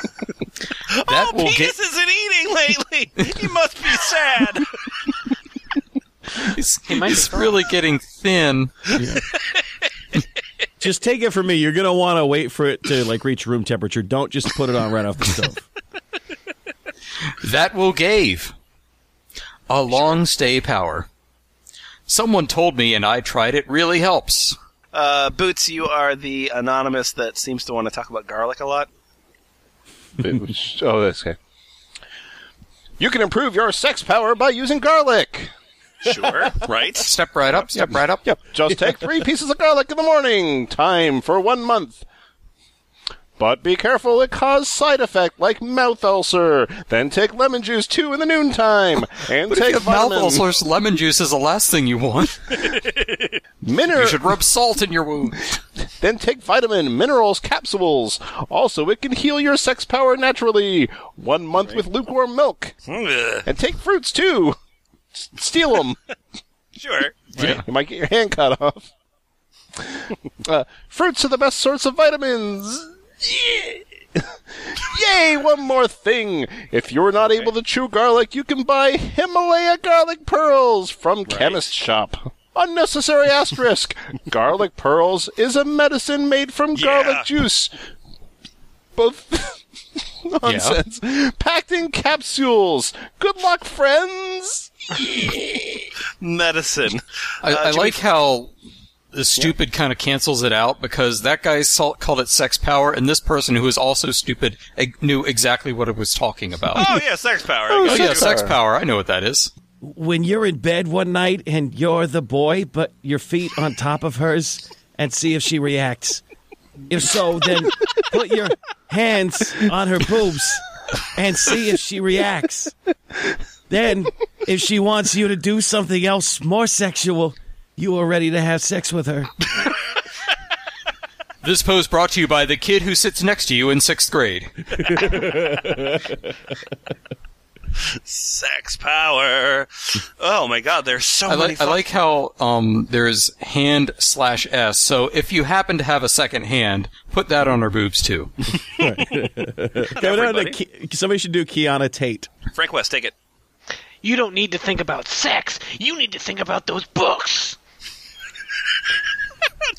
That will
Penis
get
Oh, isn't eating lately. You must be sad.
He's,
might
he's
be wrong.
really getting thin.
Just take it from me. You're gonna want to wait for it to like reach room temperature. Don't just put it on right off the stove.
That will gave a long stay power. Someone told me, and I tried it. Really helps.
Uh, Boots, you are the anonymous that seems to want to talk about garlic a lot.
It was- oh, that's okay. You can improve your sex power by using garlic.
Sure, right?
Step right up. Step right up.
Yep. Just take three pieces of garlic in the morning. Time for one month. But be careful, it causes side effect like mouth ulcer. Then take lemon juice too in the noontime. And
But if you
take
have mouth
vitamins.
ulcers, lemon juice is the last thing you want.
Miner-
You should rub salt in your wound.
Then take vitamin, minerals, capsules. Also, it can heal your sex power naturally. One month with lukewarm milk.
Ugh,
And take fruits too. S- steal them.
sure.
You might get your hand cut off. uh, fruits are the best sorts of vitamins. Yay! One more thing. If you're not able to chew garlic, you can buy Himalaya garlic pearls from chemist shop. Unnecessary asterisk. garlic pearls is a medicine made from
Yeah.
garlic juice. Both nonsense. Packed in capsules. Good luck, friends.
Medicine. Uh,
I, I
Jimmy-
like how the stupid kind of cancels it out because that guy saw, called it sex power, and this person who is also stupid eh, knew exactly what it was talking about. oh,
Oh yeah, sex power. I got
yeah,
you.
sex power. I know what that is.
when you're in bed one night and you're the boy, but your feet on top of hers, and see if she reacts. If so, then put your hands on her boobs and see if she reacts. Then, if she wants you to do something else more sexual, you are ready to have sex with her.
This pose brought to you by the kid who sits next to you in sixth grade.
Sex power. Oh my God, there's so
I
many.
like, I like how um, there's hand slash S. So if you happen to have a second hand, put that on her boobs too.
Everybody.
somebody should do Kiana Tate.
Frank West, take it.
You don't need to think about sex. You need to think about those books.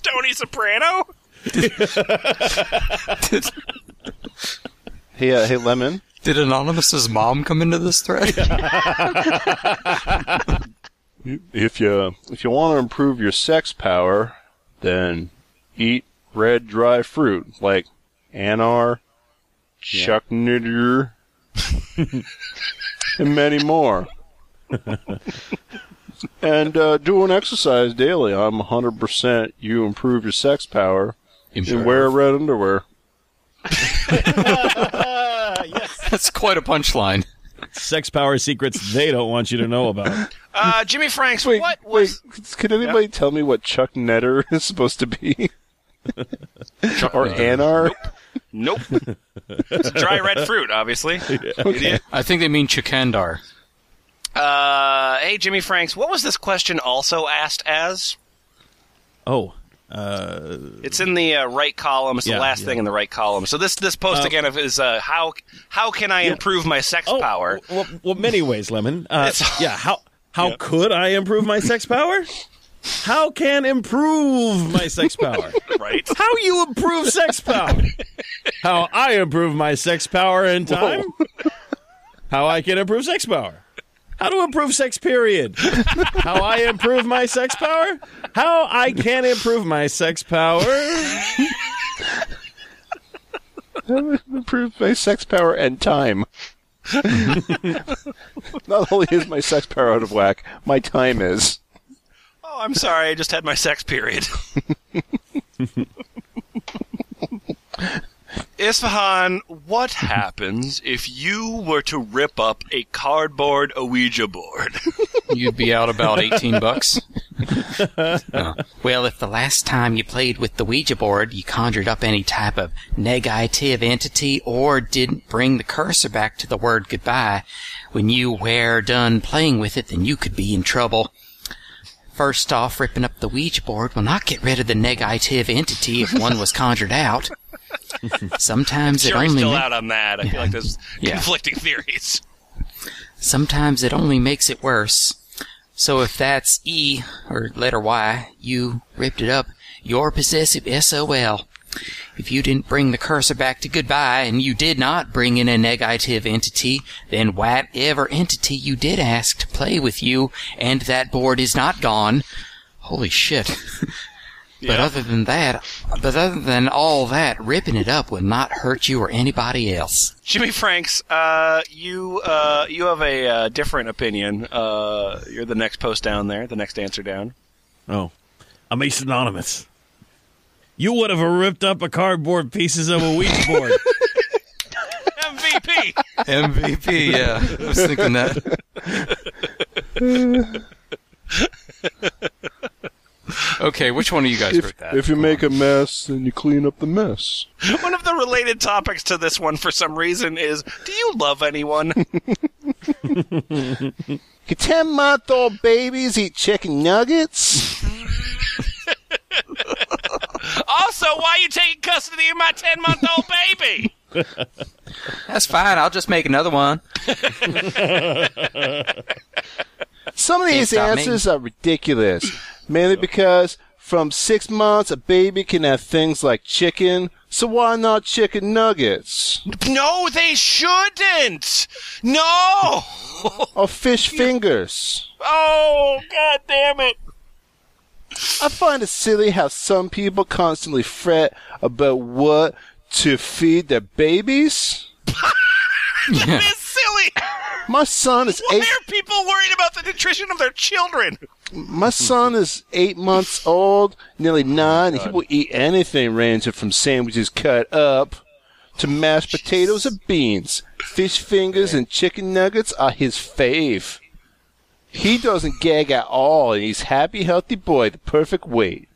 Tony Soprano.
Hey, uh, hey, lemon.
Did Anonymous's mom come into this thread?
if you if you want to improve your sex power, then eat red dry fruit like anar, chucknitter, and many more. and uh, do an exercise daily. I'm 100% you improve your sex power and wear red underwear.
That's quite a punchline.
Sex power secrets they don't want you to know about.
Uh, Jimmy Franks.
Wait,
what was?
wait, can anybody tell me what Chuck Netter is supposed to be? or Anar?
Nope. It's dry red fruit, obviously. Idiot.
I think they mean Chikandar.
Uh, hey, Jimmy Franks. What was this question also asked as?
Oh,
It's in the uh, right column. It's the
Yeah,
last
yeah.
thing in the right column. So this this post again of is uh, how how can I improve my sex
oh,
power?
Well, well, many ways, Lemon. Uh,
It's-
yeah. How how could I improve my sex power? How can improve my sex power?
Right.
how you improve sex power? How I improve my sex power in time? How I can improve sex power? How to improve sex period? How I improve my sex power? How I can improve my sex power?
improve my sex power and time. Not only is my sex power out of whack, my time is.
Oh, I'm sorry. I just had my sex period. Isfahan, what happens if you were to rip up a cardboard Ouija board?
You'd be out about 18 bucks. Well, if the last time you played with the Ouija board, you conjured up any type of negative entity or didn't bring the cursor back to the word goodbye, when you were done playing with it, then you could be in trouble. First off, ripping up the Ouija board will not get rid of the negative entity if one was conjured out. Sometimes it
Jury's
only
still
ma-
out on that. I feel like there's
Yeah.
conflicting theories.
Sometimes it only makes it worse.
So if that's E, or letter Y, you ripped it up, you're possessive SOL. If you didn't bring the cursor back to goodbye and you did not bring in a negative entity, then whatever entity you did ask to play with you and that board is not gone. Holy shit. But other than that, but other than all that, ripping it up would not hurt you or anybody else.
Jimmy Franks, uh, you uh, you have a uh, different opinion. Uh, you're the next post down there, the next answer down.
Oh. I'm Ace Anonymous. You would have ripped up a cardboard pieces of a wheat board.
MVP.
MVP, yeah. I was thinking that. okay, which one of you guys
If,
wrote that?
if you make a mess, then you clean up the mess.
one of the related topics to this one, for some reason, is do you love anyone?
Can 10 month old babies eat chicken nuggets?
also, why are you taking custody of my ten month old baby?
That's fine. I'll just make another one.
Some of these
stop me.
answers are ridiculous, mainly because from six months, a baby can have things like chicken, so why not chicken nuggets?
No, they shouldn't. No.
Or fish fingers?
Oh, god damn it.
I find it silly how some people constantly fret about what to feed their babies.
It is silly.
My son is
Why
eight.
are people worried about the nutrition of their children?
My son is eight months old, nearly nine, and he will eat anything ranging from sandwiches cut up to mashed potatoes and beans. Fish fingers and chicken nuggets are his fave. He doesn't gag at all, and he's happy, healthy boy, the perfect weight.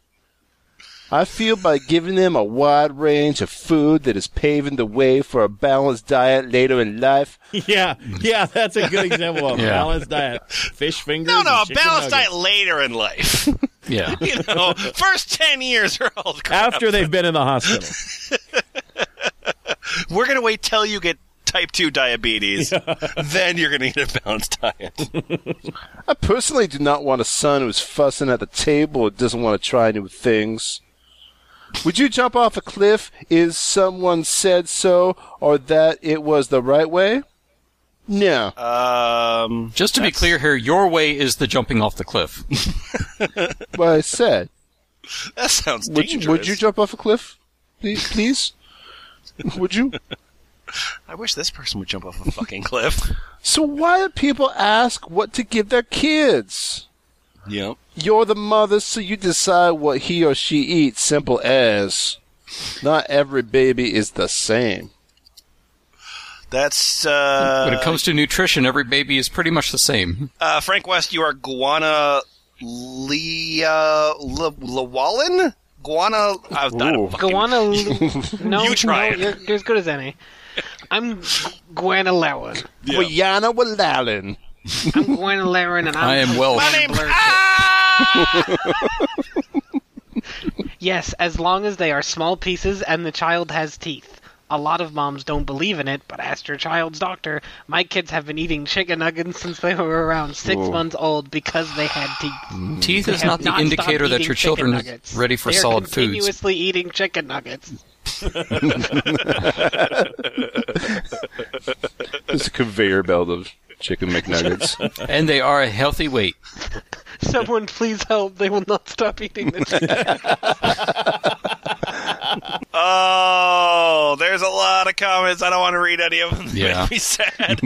I feel by giving him a wide range of food that is paving the way for a balanced diet later in life.
yeah, yeah, that's a good example of a
Yeah.
balanced diet. Fish fingers.
No, no,
and
a
chicken
balanced
nuggets.
diet later in life.
yeah.
you know, first ten years are all crap.
After they've been in the hospital.
We're gonna wait till you get type two diabetes, then you're gonna eat a balanced diet.
I personally do not want a son who's fussing at the table and doesn't want to try new things. Would you jump off a cliff? Is someone said so, or that it was the right way? No.
Um,
Just to be clear here, your way is the jumping off the cliff.
what I said.
that sounds
Would
dangerous.
you, would you jump off a cliff? Please, please? would you?
I wish this person would jump off a fucking cliff.
So why do people ask what to give their kids?
Yep.
You're the mother, so you decide what he or she eats. Simple as. Not every baby is the same.
That's uh,
when it comes to nutrition, every baby is pretty much the same.
uh, Frank West. You are Guana Lea Le- Lewallen. Guana. I, I
Ooh.
don't fucking
Guana. no,
You try
no,
it.
you're, you're as good as any. I'm Guanalawan.
Yeah.
Brianna Wallalin.
I'm Guanalawan, and I'm
I am Welsh.
My name's
Blurted.
Ah!
Yes, as long as they are small pieces and the child has teeth. A lot of moms don't believe in it, but ask your child's doctor. My kids have been eating chicken nuggets since they were around six months old because they had teeth.
Teeth
They
is
have
not the
not
indicator
stopped
that
eating
your
chicken
children are
nuggets.
ready for
they
solid
are
foods.
Continuously eating chicken nuggets.
It's a conveyor belt of chicken McNuggets.
And they are a healthy weight.
Someone please help! They will not stop eating the chicken.
Oh, there's a lot of comments. I don't want to read any of them. They
Yeah.
make me sad.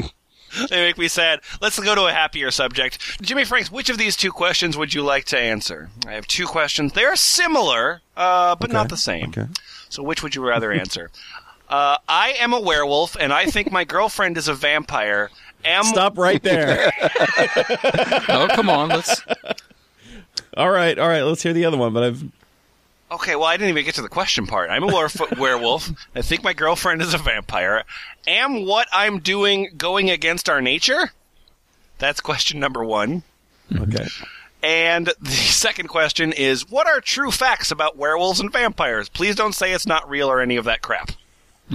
they make me sad. Let's go to a happier subject. Jimmy Franks, which of these two questions would you like to answer? I have two questions. They are similar, uh, but not the same. So, which would you rather answer? uh, I am a werewolf, and I think my girlfriend is a vampire. Am
Stop right there.
Oh, come on. Let's.
all right, all right, let's hear the other one, but I've
Okay, well, I didn't even get to the question part. I'm a weref- werewolf. I think my girlfriend is a vampire. Am what I'm doing going against our nature? That's question number one.
Okay.
And the second question is What are true facts about werewolves and vampires? Please don't say it's not real or any of that crap.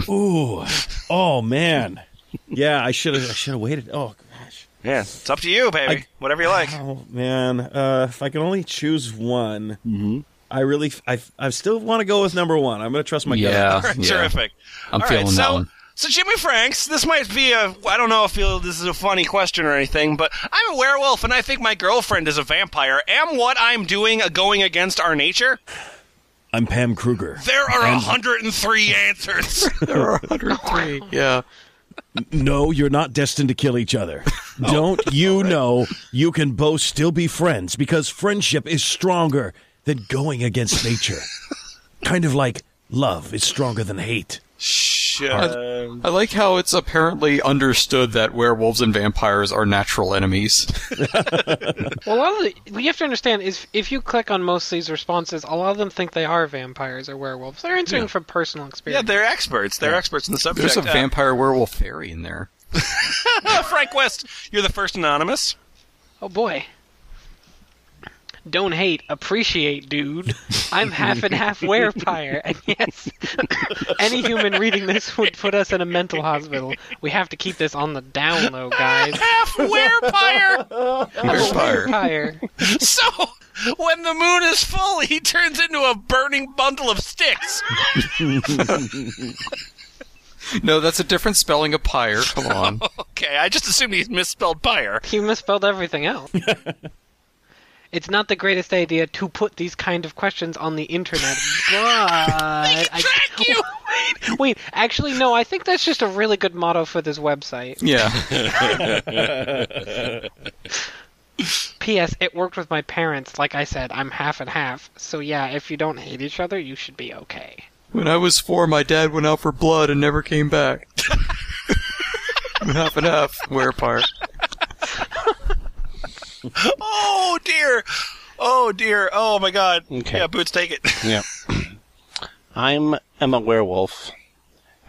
Ooh. Oh man. Yeah, I should have I should have waited. Oh gosh.
Yeah, it's up to you, baby.
I-
Whatever you like.
Oh man, uh, if I can only choose one,
Mm-hmm.
I really, I, I still want to go with number one. I'm going to trust my
Yeah.
gut.
All right, terrific.
I'm
All right,
feeling that
so,
one.
So Jimmy Franks, this might be a I don't know if you'll- this is a funny question or anything, but I'm a werewolf and I think my girlfriend is a vampire. Am what I'm doing a going against our nature?
I'm Pam Kruger.
There are 103 answers.
Yeah.
No, you're not destined to kill each other. Don't you know you can both still be friends because friendship is stronger than going against nature. kind of like love is stronger than hate.
I like how it's apparently understood that werewolves and vampires are natural enemies.
Well, a lot of the, we have to understand is if you click on most of these responses, a lot of them think they are vampires or werewolves. They're answering from personal
yeah,
experience.
they're experts. They're experts in the subject.
There's a
Uh,
vampire werewolf fairy in there.
Frank West, you're the first anonymous.
oh boy. Don't hate, appreciate, dude. I'm half and half vampire, and yes, any human reading this would put us in a mental hospital. We have to keep this on the down low, guys.
Half werepire.
Vampire.
Vampire.
So when the moon is full, he turns into a burning bundle of sticks.
No, that's a different spelling of pyre. Come on.
Okay, I just assumed he misspelled pyre.
He misspelled everything else. it's not the greatest idea to put these kind of questions on the internet, but I,
Track you.
wait. Actually, no. I think that's just a really good motto for this website.
Yeah.
P.S. It worked with my parents. Like I said, I'm half and half. So yeah, if you don't hate each other, you should be okay.
When I was four, my dad went out for blood and never came back. half and half, werepire.
Oh dear. Oh dear. Oh my god.
Okay.
Yeah, Boots, take it.
Yeah. I'm am a werewolf.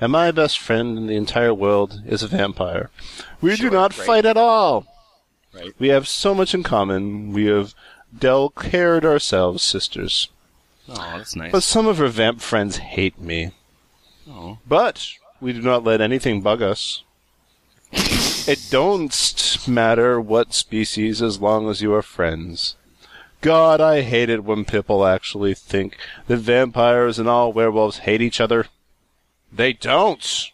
And my best friend in the entire world is a vampire. We do not fight at all.
Right.
We have so much in common. We have del cared ourselves sisters.
Oh, that's
But
nice.
some of her vamp friends hate me.
Oh.
But we do not let anything bug us. it don't matter what species as long as you are friends. God, I hate it when people actually think that vampires and all werewolves hate each other. They don't.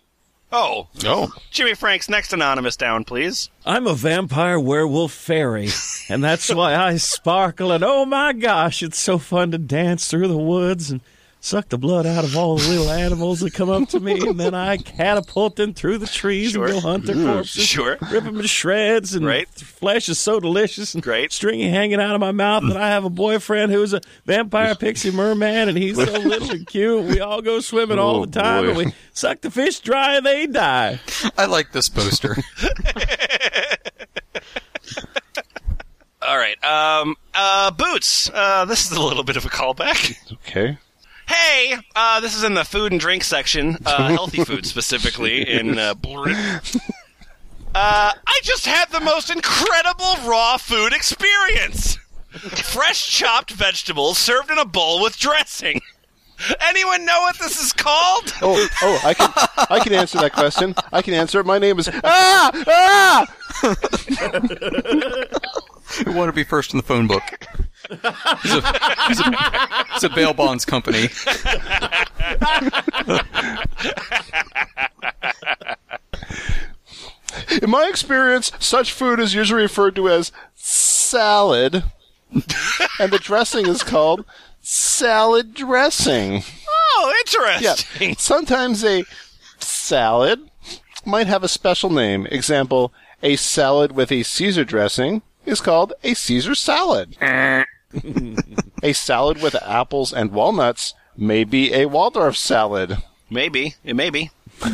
Oh,
No.
Jimmy Frank's next anonymous down, please.
I'm a vampire werewolf fairy, and that's why I sparkle. And oh my gosh, it's so fun to dance through the woods and suck the blood out of all the little animals that come up to me, and then I catapult them through the trees
Sure. Mm,
and go hunt their corpses,
Sure.
rip them to shreds, and
Right.
the flesh is so delicious and
Great.
stringy hanging out of my mouth. And I have a boyfriend who's a vampire pixie merman, and he's so little and cute. We all go swimming all
Oh,
the time,
boy.
and we suck the fish dry, and they die.
I like this poster.
All right. Um. Uh. Boots. Uh. This is a little bit of a callback.
Okay.
Hey, uh, this is in the food and drink section, uh, healthy food specifically in uh, Blur- Uh, I just had the most incredible raw food experience. Fresh chopped vegetables served in a bowl with dressing. Anyone know what this is called?
Oh, oh, I can, I can answer that question. I can answer it. My name is ah, ah.
Who want to be first in the phone book? It's a, it's a- it's a bail bonds company.
In my experience, such food is usually referred to as salad, and the dressing is called salad dressing.
Oh,
Yeah,
interesting.
sometimes a salad might have a special name. Example: a salad with a Caesar dressing is called a Caesar salad.
Eh.
a salad with apples and walnuts may be a Waldorf salad.
Maybe. It may be.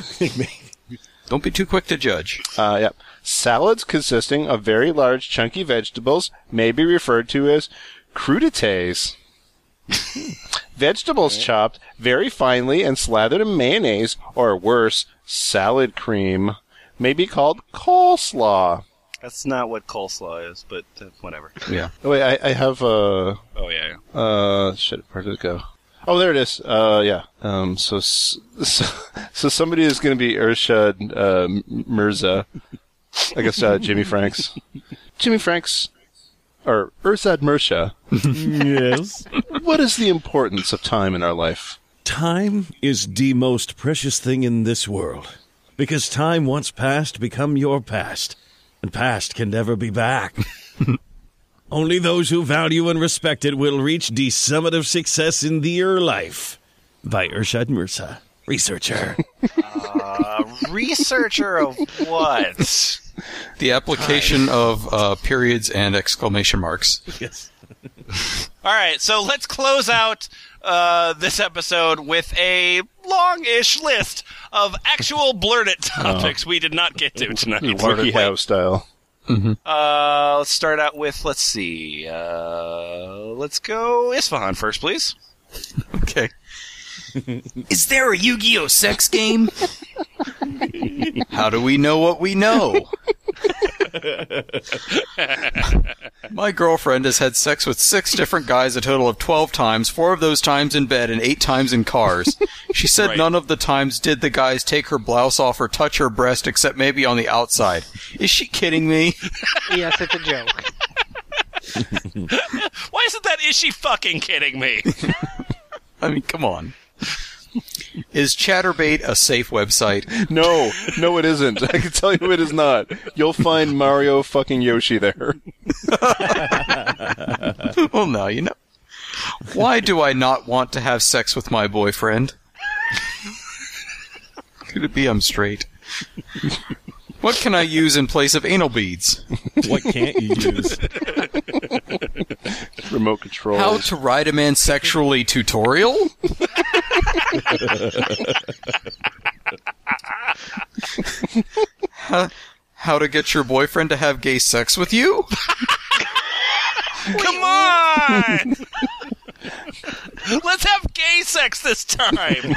Don't be too quick to judge.
Uh, yep. Salads consisting of very large, chunky vegetables may be referred to as crudités. vegetables chopped very finely and slathered in mayonnaise, or worse, salad cream, may be called coleslaw.
That's not what coleslaw is, but uh, whatever.
Yeah.
Oh, wait, I, I have uh,
Oh, yeah.
Uh, shit, where did it go? Oh, there it is. Uh, yeah. Um, so, s- so, so somebody is going to be Ershad uh, M- Mirza. I guess uh, Jimmy Franks. Jimmy Franks, or Ersad Mersha,
yes.
what is the importance of time in our life?
Time is the most precious thing in this world. Because time once past become your past, and past can never be back. Only those who value and respect it will reach the summit of success in their life. By Ershad Mursa, researcher.
Researcher of what?
The application of uh, periods and exclamation marks.
yes.
All right, so let's close out uh, this episode with a long-ish list of actual blurred it topics we did not get to tonight.
Wiki Howe style.
Uh, let's start out with let's see. Uh, let's go Isfahan first, please.
Okay.
Is there a Yu Gi Oh sex game?
How do we know what we know? My girlfriend has had sex with six different guys a total of 12 times, four of those times in bed and eight times in cars. She said
Right.
none of the times did the guys take her blouse off or touch her breast except maybe on the outside. Is she kidding me?
yes, it's a joke.
Why isn't that? Is she fucking kidding me?
I mean, come on. Is Chatterbait a safe website?
No, no, it isn't. I can tell you it is not. You'll find Mario fucking Yoshi there.
well, now you know. Why do I not want to have sex with my boyfriend? Could it be I'm straight? What can I use in place of anal beads?
What can't you use?
Remote control.
How to ride a man sexually tutorial? how, how to get your boyfriend to have gay sex with you?
Come on! Let's have gay sex this time. I'm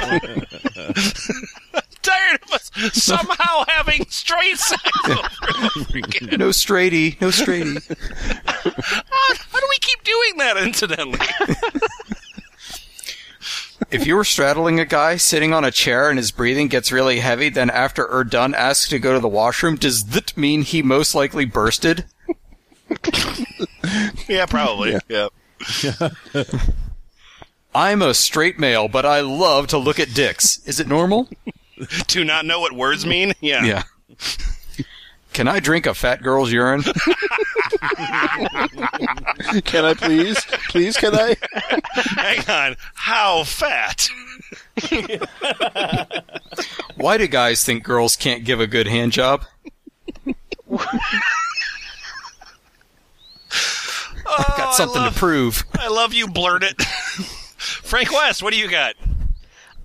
tired of us somehow having straight sex.
No straighty, no straighty.
How, how do we keep doing that? Incidentally,
if you were straddling a guy sitting on a chair and his breathing gets really heavy, then after er done asks to go to the washroom, does that mean he most likely bursted?
yeah, probably. Yeah.
I'm a straight male, but I love to look at dicks. Is it normal?
Do not know what words mean. Yeah.
Yeah. Can I drink a fat girl's urine?
Can I please? Please, can I?
Hang on. How fat?
Why do guys think girls can't give a good hand job? I've got something to prove.
I love you. Blurt it. Frank West, what do you got?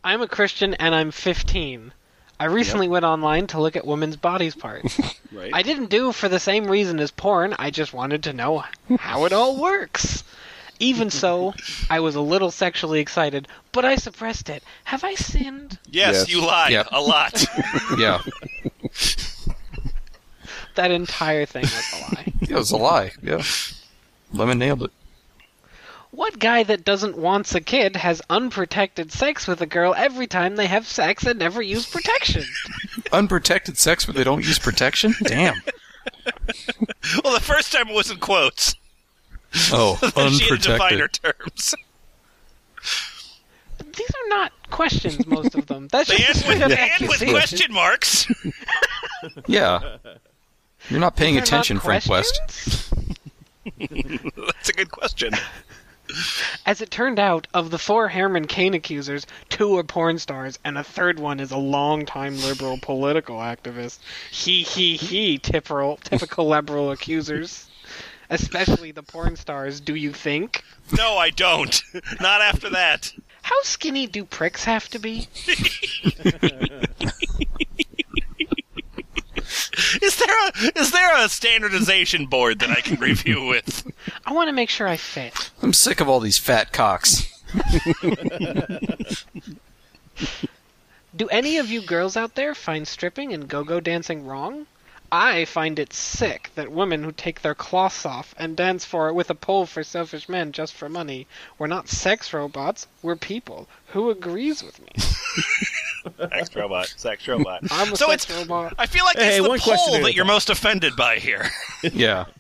I'm a Christian and I'm 15. I recently went online to look at women's bodies parts.
Right.
I didn't do for the same reason as porn. I just wanted to know how it all works. Even so, I was a little sexually excited, but I suppressed it. Have I sinned?
Yes.
Yes, you lied
Yep.
a lot.
Yeah,
That entire thing was a lie.
it was a lie. Yeah, Lemon nailed it.
What guy that doesn't wants a kid has unprotected sex with a girl every time they have sex and never use protection?
Unprotected sex, but they don't use protection. Damn.
well, the first time it was in quotes.
Oh,
She had to define her
unprotected.
terms.
These are not questions, most of them. That's
They end
just
with,
straight up
they end with
accusations.
question marks.
Yeah. You're not paying
They're not
attention, Frank West.
questions?
That's a good question.
As it turned out, of the four Herman Cain accusers, two are porn stars, and a third one is a longtime liberal political activist. He, he, he, typical, typical liberal accusers. Especially the porn stars, do you think?
No, I don't. Not after that.
How skinny do pricks have to be?
Is there a is there a standardization board that I can review with?
I want to make sure I fit.
I'm sick of all these fat cocks.
Do any of you girls out there find stripping and go go dancing wrong? I find it sick that women who take their cloths off and dance for it with a pole for selfish men just for money. We're not sex robots, we're people. Who agrees with me?
Sex robot. Sex robot.
I'm a
so
sex
it's.
robot.
I feel like
Hey,
it's the
one question
poll
at a
that you're
time.
most offended by here.
Yeah.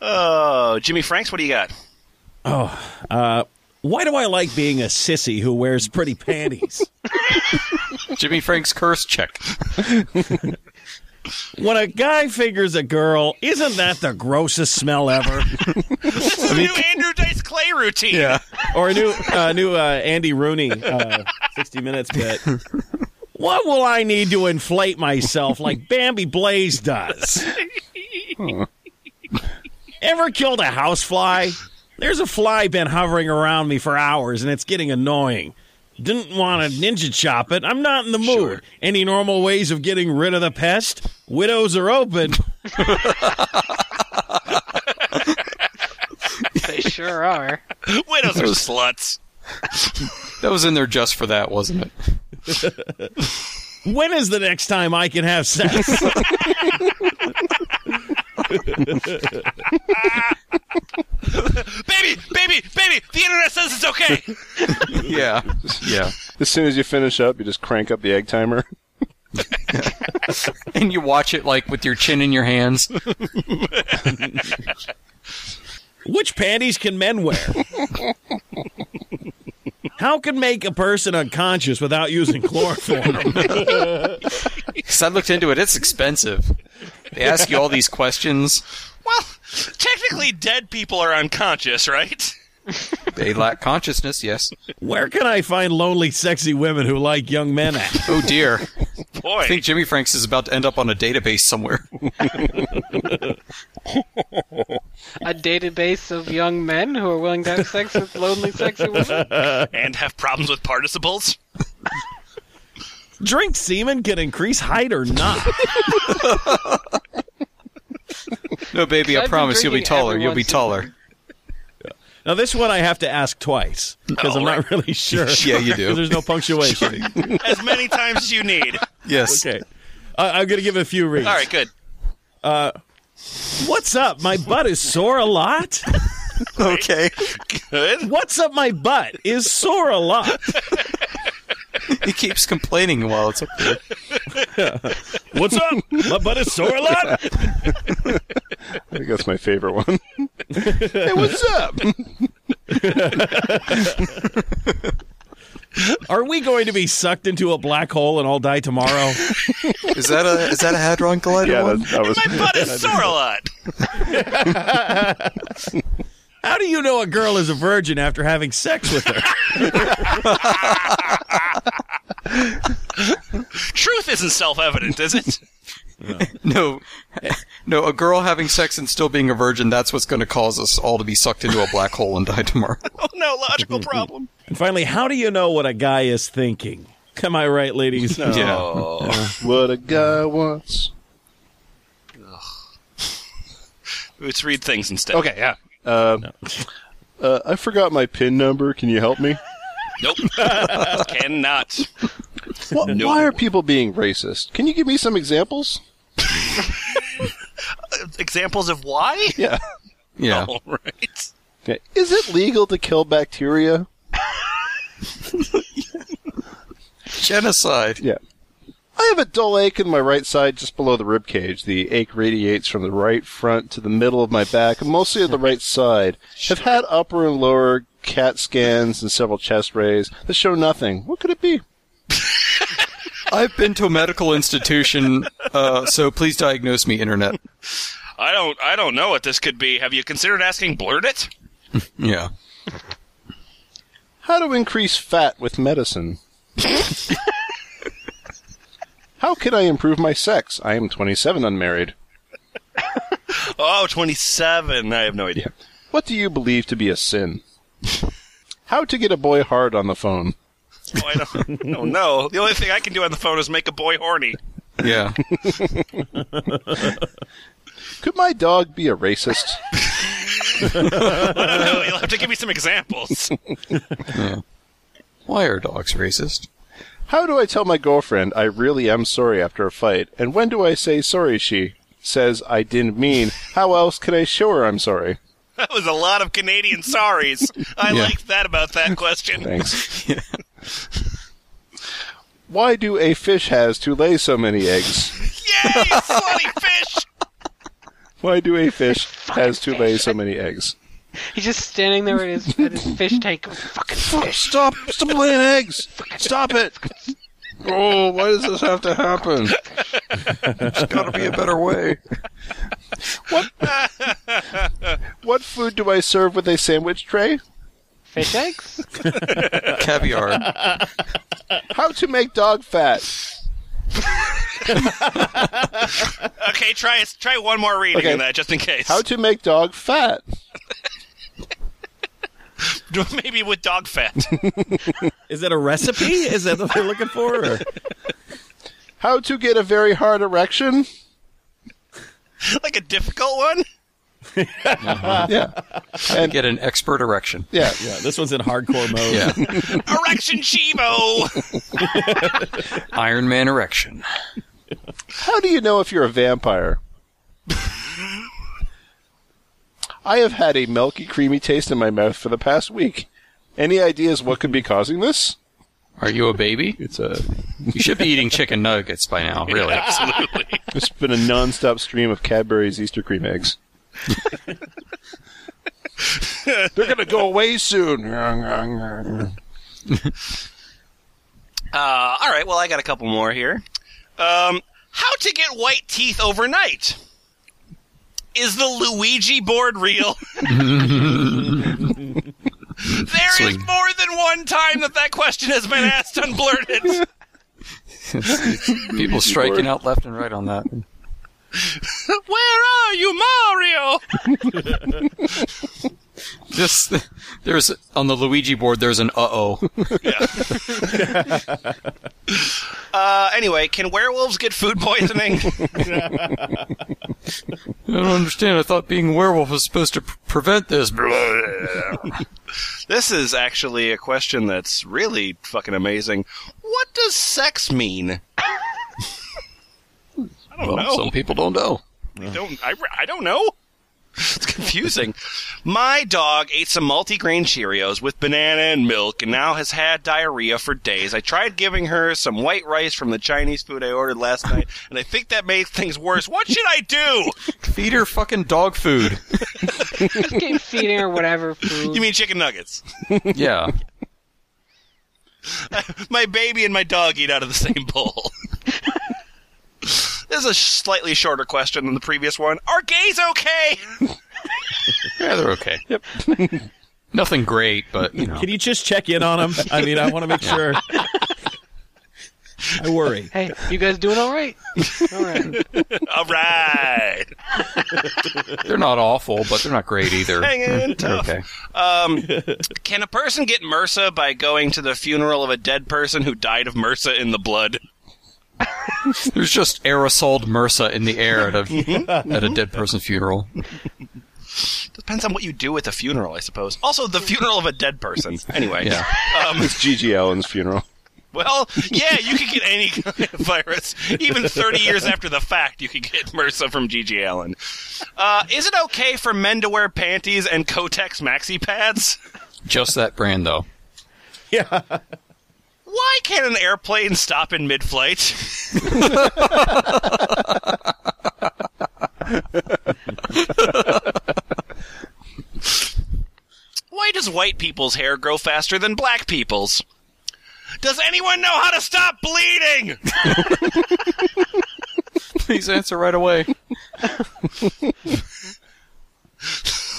Oh, Jimmy Franks, what do you got?
Oh, uh, Why do I like being a sissy who wears pretty panties?
Jimmy Frank's curse check.
when a guy figures a girl, isn't that the grossest smell ever?
This is a new Andrew Dice Clay routine.
or a new uh, new uh, Andy Rooney uh, 60 Minutes bit. What will I need to inflate myself like Bambi Blaze does? Ever killed a housefly? There's a fly been hovering around me for hours, and it's getting annoying. Didn't want to ninja chop it. I'm not in the mood. Any normal ways of getting rid of the pest? Widows are open.
They sure are.
Widows are sluts.
That was in there just for that, wasn't it?
When is the next time I can have sex?
Baby, baby, baby, the internet says it's okay.
Yeah. Yeah.
As soon as you finish up, you just crank up the egg timer.
And you watch it like with your chin in your hands.
Which panties can men wear? How can make a person unconscious without using chloroform?
Because I looked into it, it's expensive. They ask you all these questions.
well, technically, dead people are unconscious, right?
They lack consciousness, yes.
Where can I find lonely, sexy women who like young men at?
Oh dear.
Boy,
I think Jimmy Franks is about to end up on a database somewhere.
A database of young men who are willing to have sex with lonely, sexy women.
and have problems with participles.
Drink semen can increase height or not.
No, baby,
I've
I
been
promise you'll be
drinking
taller. You'll be
everyone's-
taller.
Now, this one I have to ask twice because I'm not really sure.
Yeah, you do.
'Cause There's no punctuation.
As many times as you need.
Yes.
Okay. I I'm going to give it a few reads. Uh,
All right, good.
What's up? My butt is sore a lot?
Okay.
Good.
What's up? My butt is sore a lot.
He keeps complaining while it's up there.
What's up? My butt is sore a lot?
I think that's my favorite one. hey, what's up?
Are we going to be sucked into a black hole and all die tomorrow?
Is that a is that a hadron collider
Yeah,
one?
that, that was.
My butt is sore a lot.
How do you know a girl is a virgin after having sex with her?
Truth isn't self-evident, is it?
No, no. A girl having sex and still being a virgin—that's what's going to cause us all to be sucked into a black hole and die tomorrow.
Oh no, logical problem.
And finally, how do you know what a guy is thinking? Am I right, ladies?
Yeah.
What a guy wants.
Let's read things instead.
Okay, yeah. Uh, uh, I forgot my pin number. Can you help me?
Nope. Cannot.
Wh- Why are people being racist? Can you give me some examples?
Examples of why?
Yeah.
Yeah.
All right.
Okay. Is it legal to kill bacteria?
Genocide.
Yeah. I have a dull ache in my right side just below the rib cage. The ache radiates from the right front to the middle of my back, and mostly at the right side. Have had upper and lower CAT scans and several chest rays that show nothing. What could it be?
I've been to a medical institution, uh, so please diagnose me, internet.
I don't. I don't know what this could be. Have you considered asking Blurt it?
Yeah.
How to increase fat with medicine? How can I improve my sex? I am 27 unmarried.
Oh, 27. I have no idea.
What do you believe to be a sin? How to get a boy hard on the phone?
Oh, I don't, I don't know. The only thing I can do on the phone is make a boy horny.
Yeah.
Could my dog be a racist?
I don't know. You'll have to give me some examples.
Why are dogs racist?
How do I tell my girlfriend I really am sorry after a fight? And when do I say sorry she says I didn't mean? How else could I show her I'm sorry?
That was a lot of Canadian sorries. I
Yeah.
liked that about that question.
Thanks. Why do a fish has to lay so many eggs?
Yay, slutty fish!
Why do a fish has to lay so many eggs?
He's just standing there at his, at his fish tank. Fucking fish.
Stop! Stop laying eggs! Stop it! Oh, why does this have to happen? There's got to be a better way. What? what food do I serve with a sandwich tray?
Fish eggs?
Caviar.
How to make dog fat?
Okay, try try one more reading
Okay.
of that just in case.
How to make dog fat?
Maybe with dog fat.
Is that a recipe? Is that what we're looking for? Or?
How to get a very hard erection?
like a difficult one?
Yeah,
Get an expert erection.
yeah.
Yeah, this one's in hardcore mode.
Yeah.
Erection Chivo!
Iron Man erection.
How do you know if you're a vampire? I have had a milky, creamy taste in my mouth for the past week. Any ideas what could be causing this?
Are you a baby?
It's a.
You should be eating chicken nuggets by now, really.
Absolutely.
It's been a nonstop stream of Cadbury's Easter cream eggs. They're gonna go away soon.
Uh, all right, well, I got a couple more here. Um, how to get white teeth overnight? Is the Luigi board real? There is
Swing.
more than one time that that question has been asked on Blurted.
People striking out left and right on that.
Where are you, Mario?
Just there's on the Luigi board. There's an uh oh.
Uh, anyway, can werewolves get food poisoning?
I don't understand. I thought being a werewolf was supposed to pre- prevent this.
This is actually a question that's really fucking amazing. What does sex mean? I don't know.
Some people don't know.
I don't I, re- I don't know. It's confusing. My dog ate some multigrain Cheerios with banana and milk and now has had diarrhea for days. I tried giving her some white rice from the Chinese food I ordered last night, and I think that made things worse. What should I do?
Feed her fucking dog food.
Just keep feeding her whatever food.
You mean chicken nuggets?
Yeah.
my baby and my dog eat out of the same bowl. this is a slightly shorter question than the previous one. Are gays okay?
Yeah, they're okay. Yep. Nothing great, but you know.
Can you just check in on them? I mean, I want to make sure. I worry.
Hey, you guys doing all right? All right.
All right.
They're not awful, but they're not great either. They're
Hanging tough.
okay.
Can a person get MRSA by going to the funeral of a dead person who died of MRSA in the blood?
There's just aerosoled MRSA in the air at a at a dead person's funeral.
Depends on what you do at the funeral, I suppose. Also, the funeral of a dead person. Anyway.
Yeah.
Um,
It's Gigi Allen's funeral.
well, yeah, you could get any kind of virus. Even 30 years after the fact, you could get MRSA from G.G. Allen. Uh, is it okay for men to wear panties and Kotex maxi pads?
Just that brand though.
Why can an airplane stop in mid flight? Why does white people's hair grow faster than black people's? Does anyone know how to stop bleeding?
Please answer right away.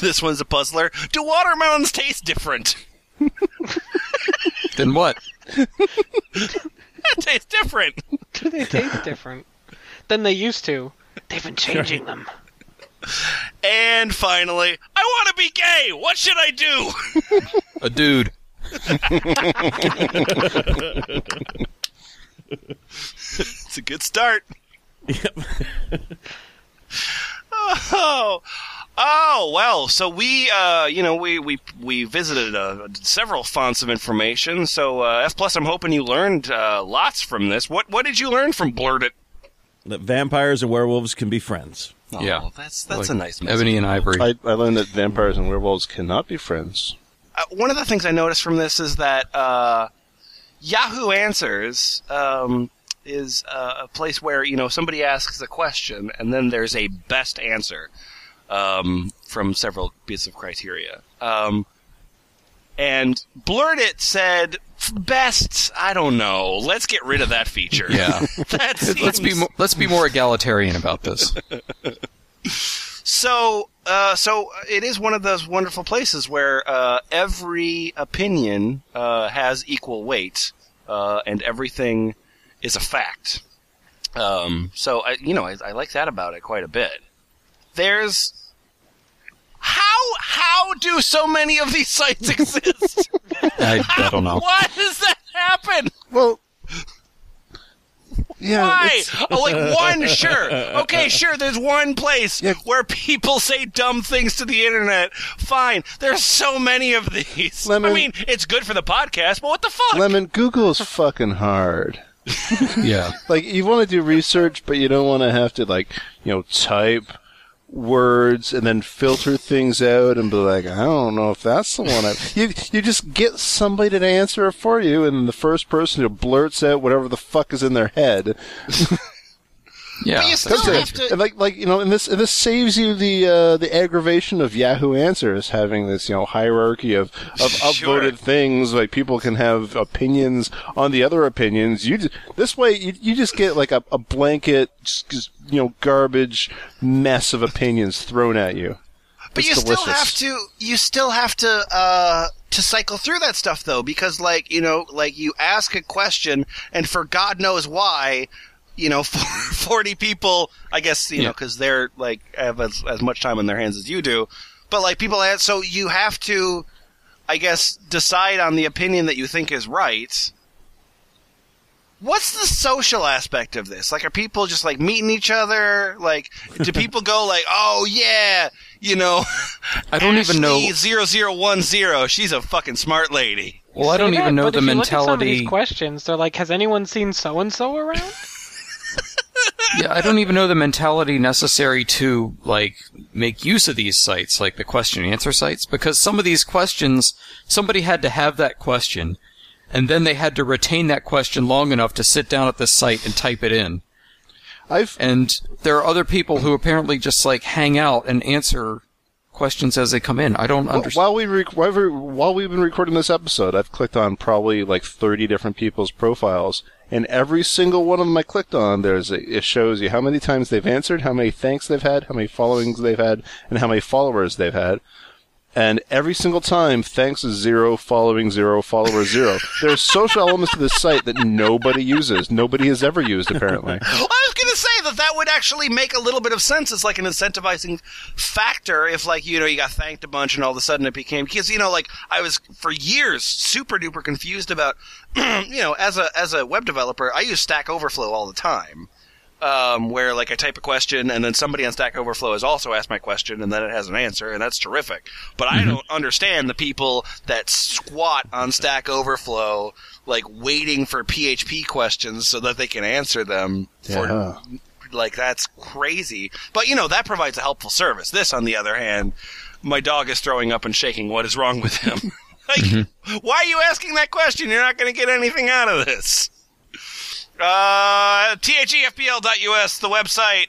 this one's a puzzler. Do watermelons taste different?
Then what?
It tastes different.
Do they taste different than they used to? They've been changing them.
And finally, I want to be gay. What should I do?
A dude.
It's a good start. Yep. oh, oh well. So we, uh, you know, we we we visited uh, several fonts of information. So uh, F plus, I'm hoping you learned uh, lots from this. What what did you learn from Blurt It?
That vampires and werewolves can be friends.
Yeah.
Oh, that's that's
Like
a nice message.
Ebony and Ivory.
I, I learned that vampires and werewolves cannot be friends.
uh, one of the things I noticed from this is that uh, Yahoo Answers um, is uh, a place where you know somebody asks a question and then there's a best answer um, from several bits of criteria. Um, and Blurt It said, "Best, I don't know. Let's get rid of that feature.
Yeah.
that seems
let's be more, let's be more egalitarian about this.
So, uh, so it is one of those wonderful places where uh, every opinion uh, has equal weight, uh, and everything is a fact. Um, so, I, you know, I, I like that about it quite a bit. There's how how do so many of these sites exist?
I, I don't know.
Why does that happen?
Well,
Why? Oh, like one, sure. Okay, sure. There's one place
Yeah.
where people say dumb things to the internet. Fine. There's so many of these.
Lemon-
I mean, it's good for the podcast, but what the fuck?
Lemon, Google's fucking hard.
Yeah.
Like, you want to do research, but you don't want to have to, like, you know, type words and then filter things out and be like, I don't know if that's the one. I... You, you just get somebody to answer it for you, and the first person who blurts out whatever the fuck is in their head
Yeah.
But you
that's
still
true.
have to.
And like like you know, and this and this saves you the uh, the aggravation of Yahoo Answers having this you know hierarchy of of
Sure.
upvoted things. Like people can have opinions on the other opinions. You ju- this way you, you just get like a, a blanket just, just, you know garbage mess of opinions thrown at you.
But you
It's
still
delicious.
have to. You still have to. Uh, to cycle through that stuff though, because like you know, like you ask a question, and for God knows why. You know, forty people. I guess you know know because they're like have as, as much time on their hands as you do. But like people, ask, so you have to, I guess, decide on the opinion that you think is right. What's the social aspect of this? Like, are people just like meeting each other? Like, do people go like, "Oh yeah, you know,
I don't even know.
zero zero one zero. She's a fucking smart lady.
Well, I don't
Say that,
even know
but
the
if you look at some of
mentality.
these questions, they're like, "Has anyone seen so and so around?"
yeah, I don't even know the mentality necessary to like make use of these sites, like the question and answer sites, because some of these questions, somebody had to have that question, and then they had to retain that question long enough to sit down at this site and type it in.
I've
And there are other people who apparently just like hang out and answer questions as they come in. I don't
Wh-
understand.
While we rec- while, we, while we've been recording this episode, I've clicked on probably like 30 different people's profiles, and every single one of them I clicked on, there's a, it shows you how many times they've answered, how many thanks they've had, how many followings they've had, and how many followers they've had. And every single time, thanks is zero, following zero, follower zero. There's social elements to this site that nobody uses. Nobody has ever used, apparently.
Well, I was gonna say that that would actually make a little bit of sense. It's like an incentivizing factor if, like, you know, you got thanked a bunch and all of a sudden it became because you know, like, I was for years super duper confused about, you know, as a as a web developer, I use Stack Overflow all the time. um, where like I type a question and then somebody on Stack Overflow has also asked my question and then it has an answer and that's terrific. But I don't understand the people that squat on Stack Overflow like waiting for PHP questions so that they can answer them
Yeah.
for like that's crazy. But you know that provides a helpful service. This on the other hand, my dog is throwing up and shaking. What is wrong with him? like
Mm-hmm.
why are you asking that question? You're not going to get anything out of this. Uh, THEFBL.us, the website,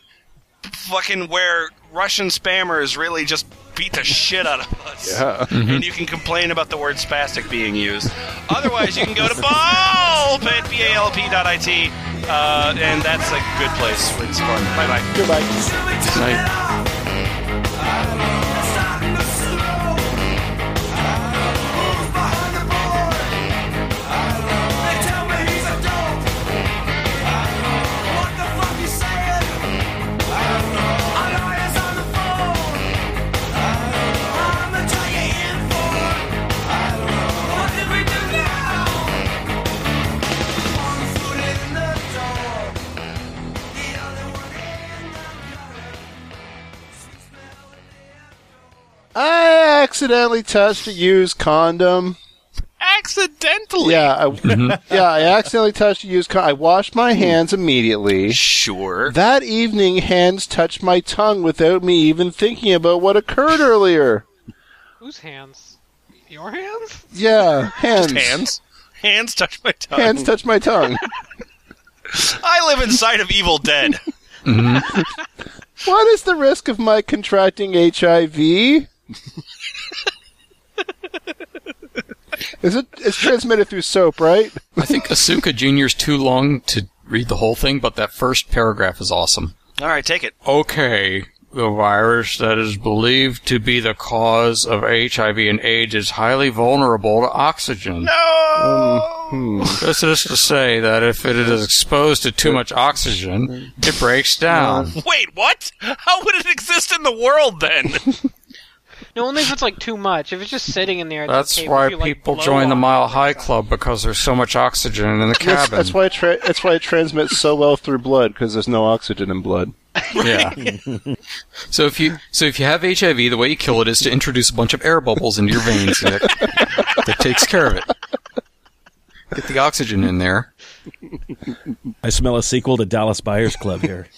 fucking where Russian spammers really just beat the shit out of us.
Yeah. Mm-hmm.
And you can complain about the word spastic being used. Otherwise, you can go to bulb at balp.it, uh, and that's a good place. It's fun. Bye bye.
I accidentally touched a used condom.
Accidentally.
Yeah, I, yeah, I accidentally touched a used condom. I washed my hands immediately.
Sure.
That evening, hands touched my tongue without me even thinking about what occurred earlier.
Whose hands? Your hands?
Yeah, hands.
Hands. Hands touch my tongue.
Hands touch my tongue.
I live inside of Evil Dead.
Hmm? what is the risk of my contracting HIV? is it? It's transmitted through soap, right?
I think Asuka Jr.'s too long to read the whole thing, but that first paragraph is awesome.
All right, take it.
Okay, the virus that is believed to be the cause of HIV and AIDS is highly vulnerable to oxygen.
Mm-hmm.
This is to say that if it is exposed to too much oxygen, it breaks down.
Wait, what? How would it exist in the world then?
No, only if it's like too much. If it's just sitting in there. At
That's
the table,
why
if you, like,
people
blow
join the
on it
Mile
or
High
something.
Club because there's so much oxygen in the
That's,
cabin.
that's why it tra- that's why it transmits so well through blood because there's no oxygen in blood.
Yeah. so if you so if you have HIV, the way you kill it is to introduce a bunch of air bubbles into your veins. Nick. that takes care of it. Get the oxygen in there.
I smell a sequel to Dallas Buyers Club here.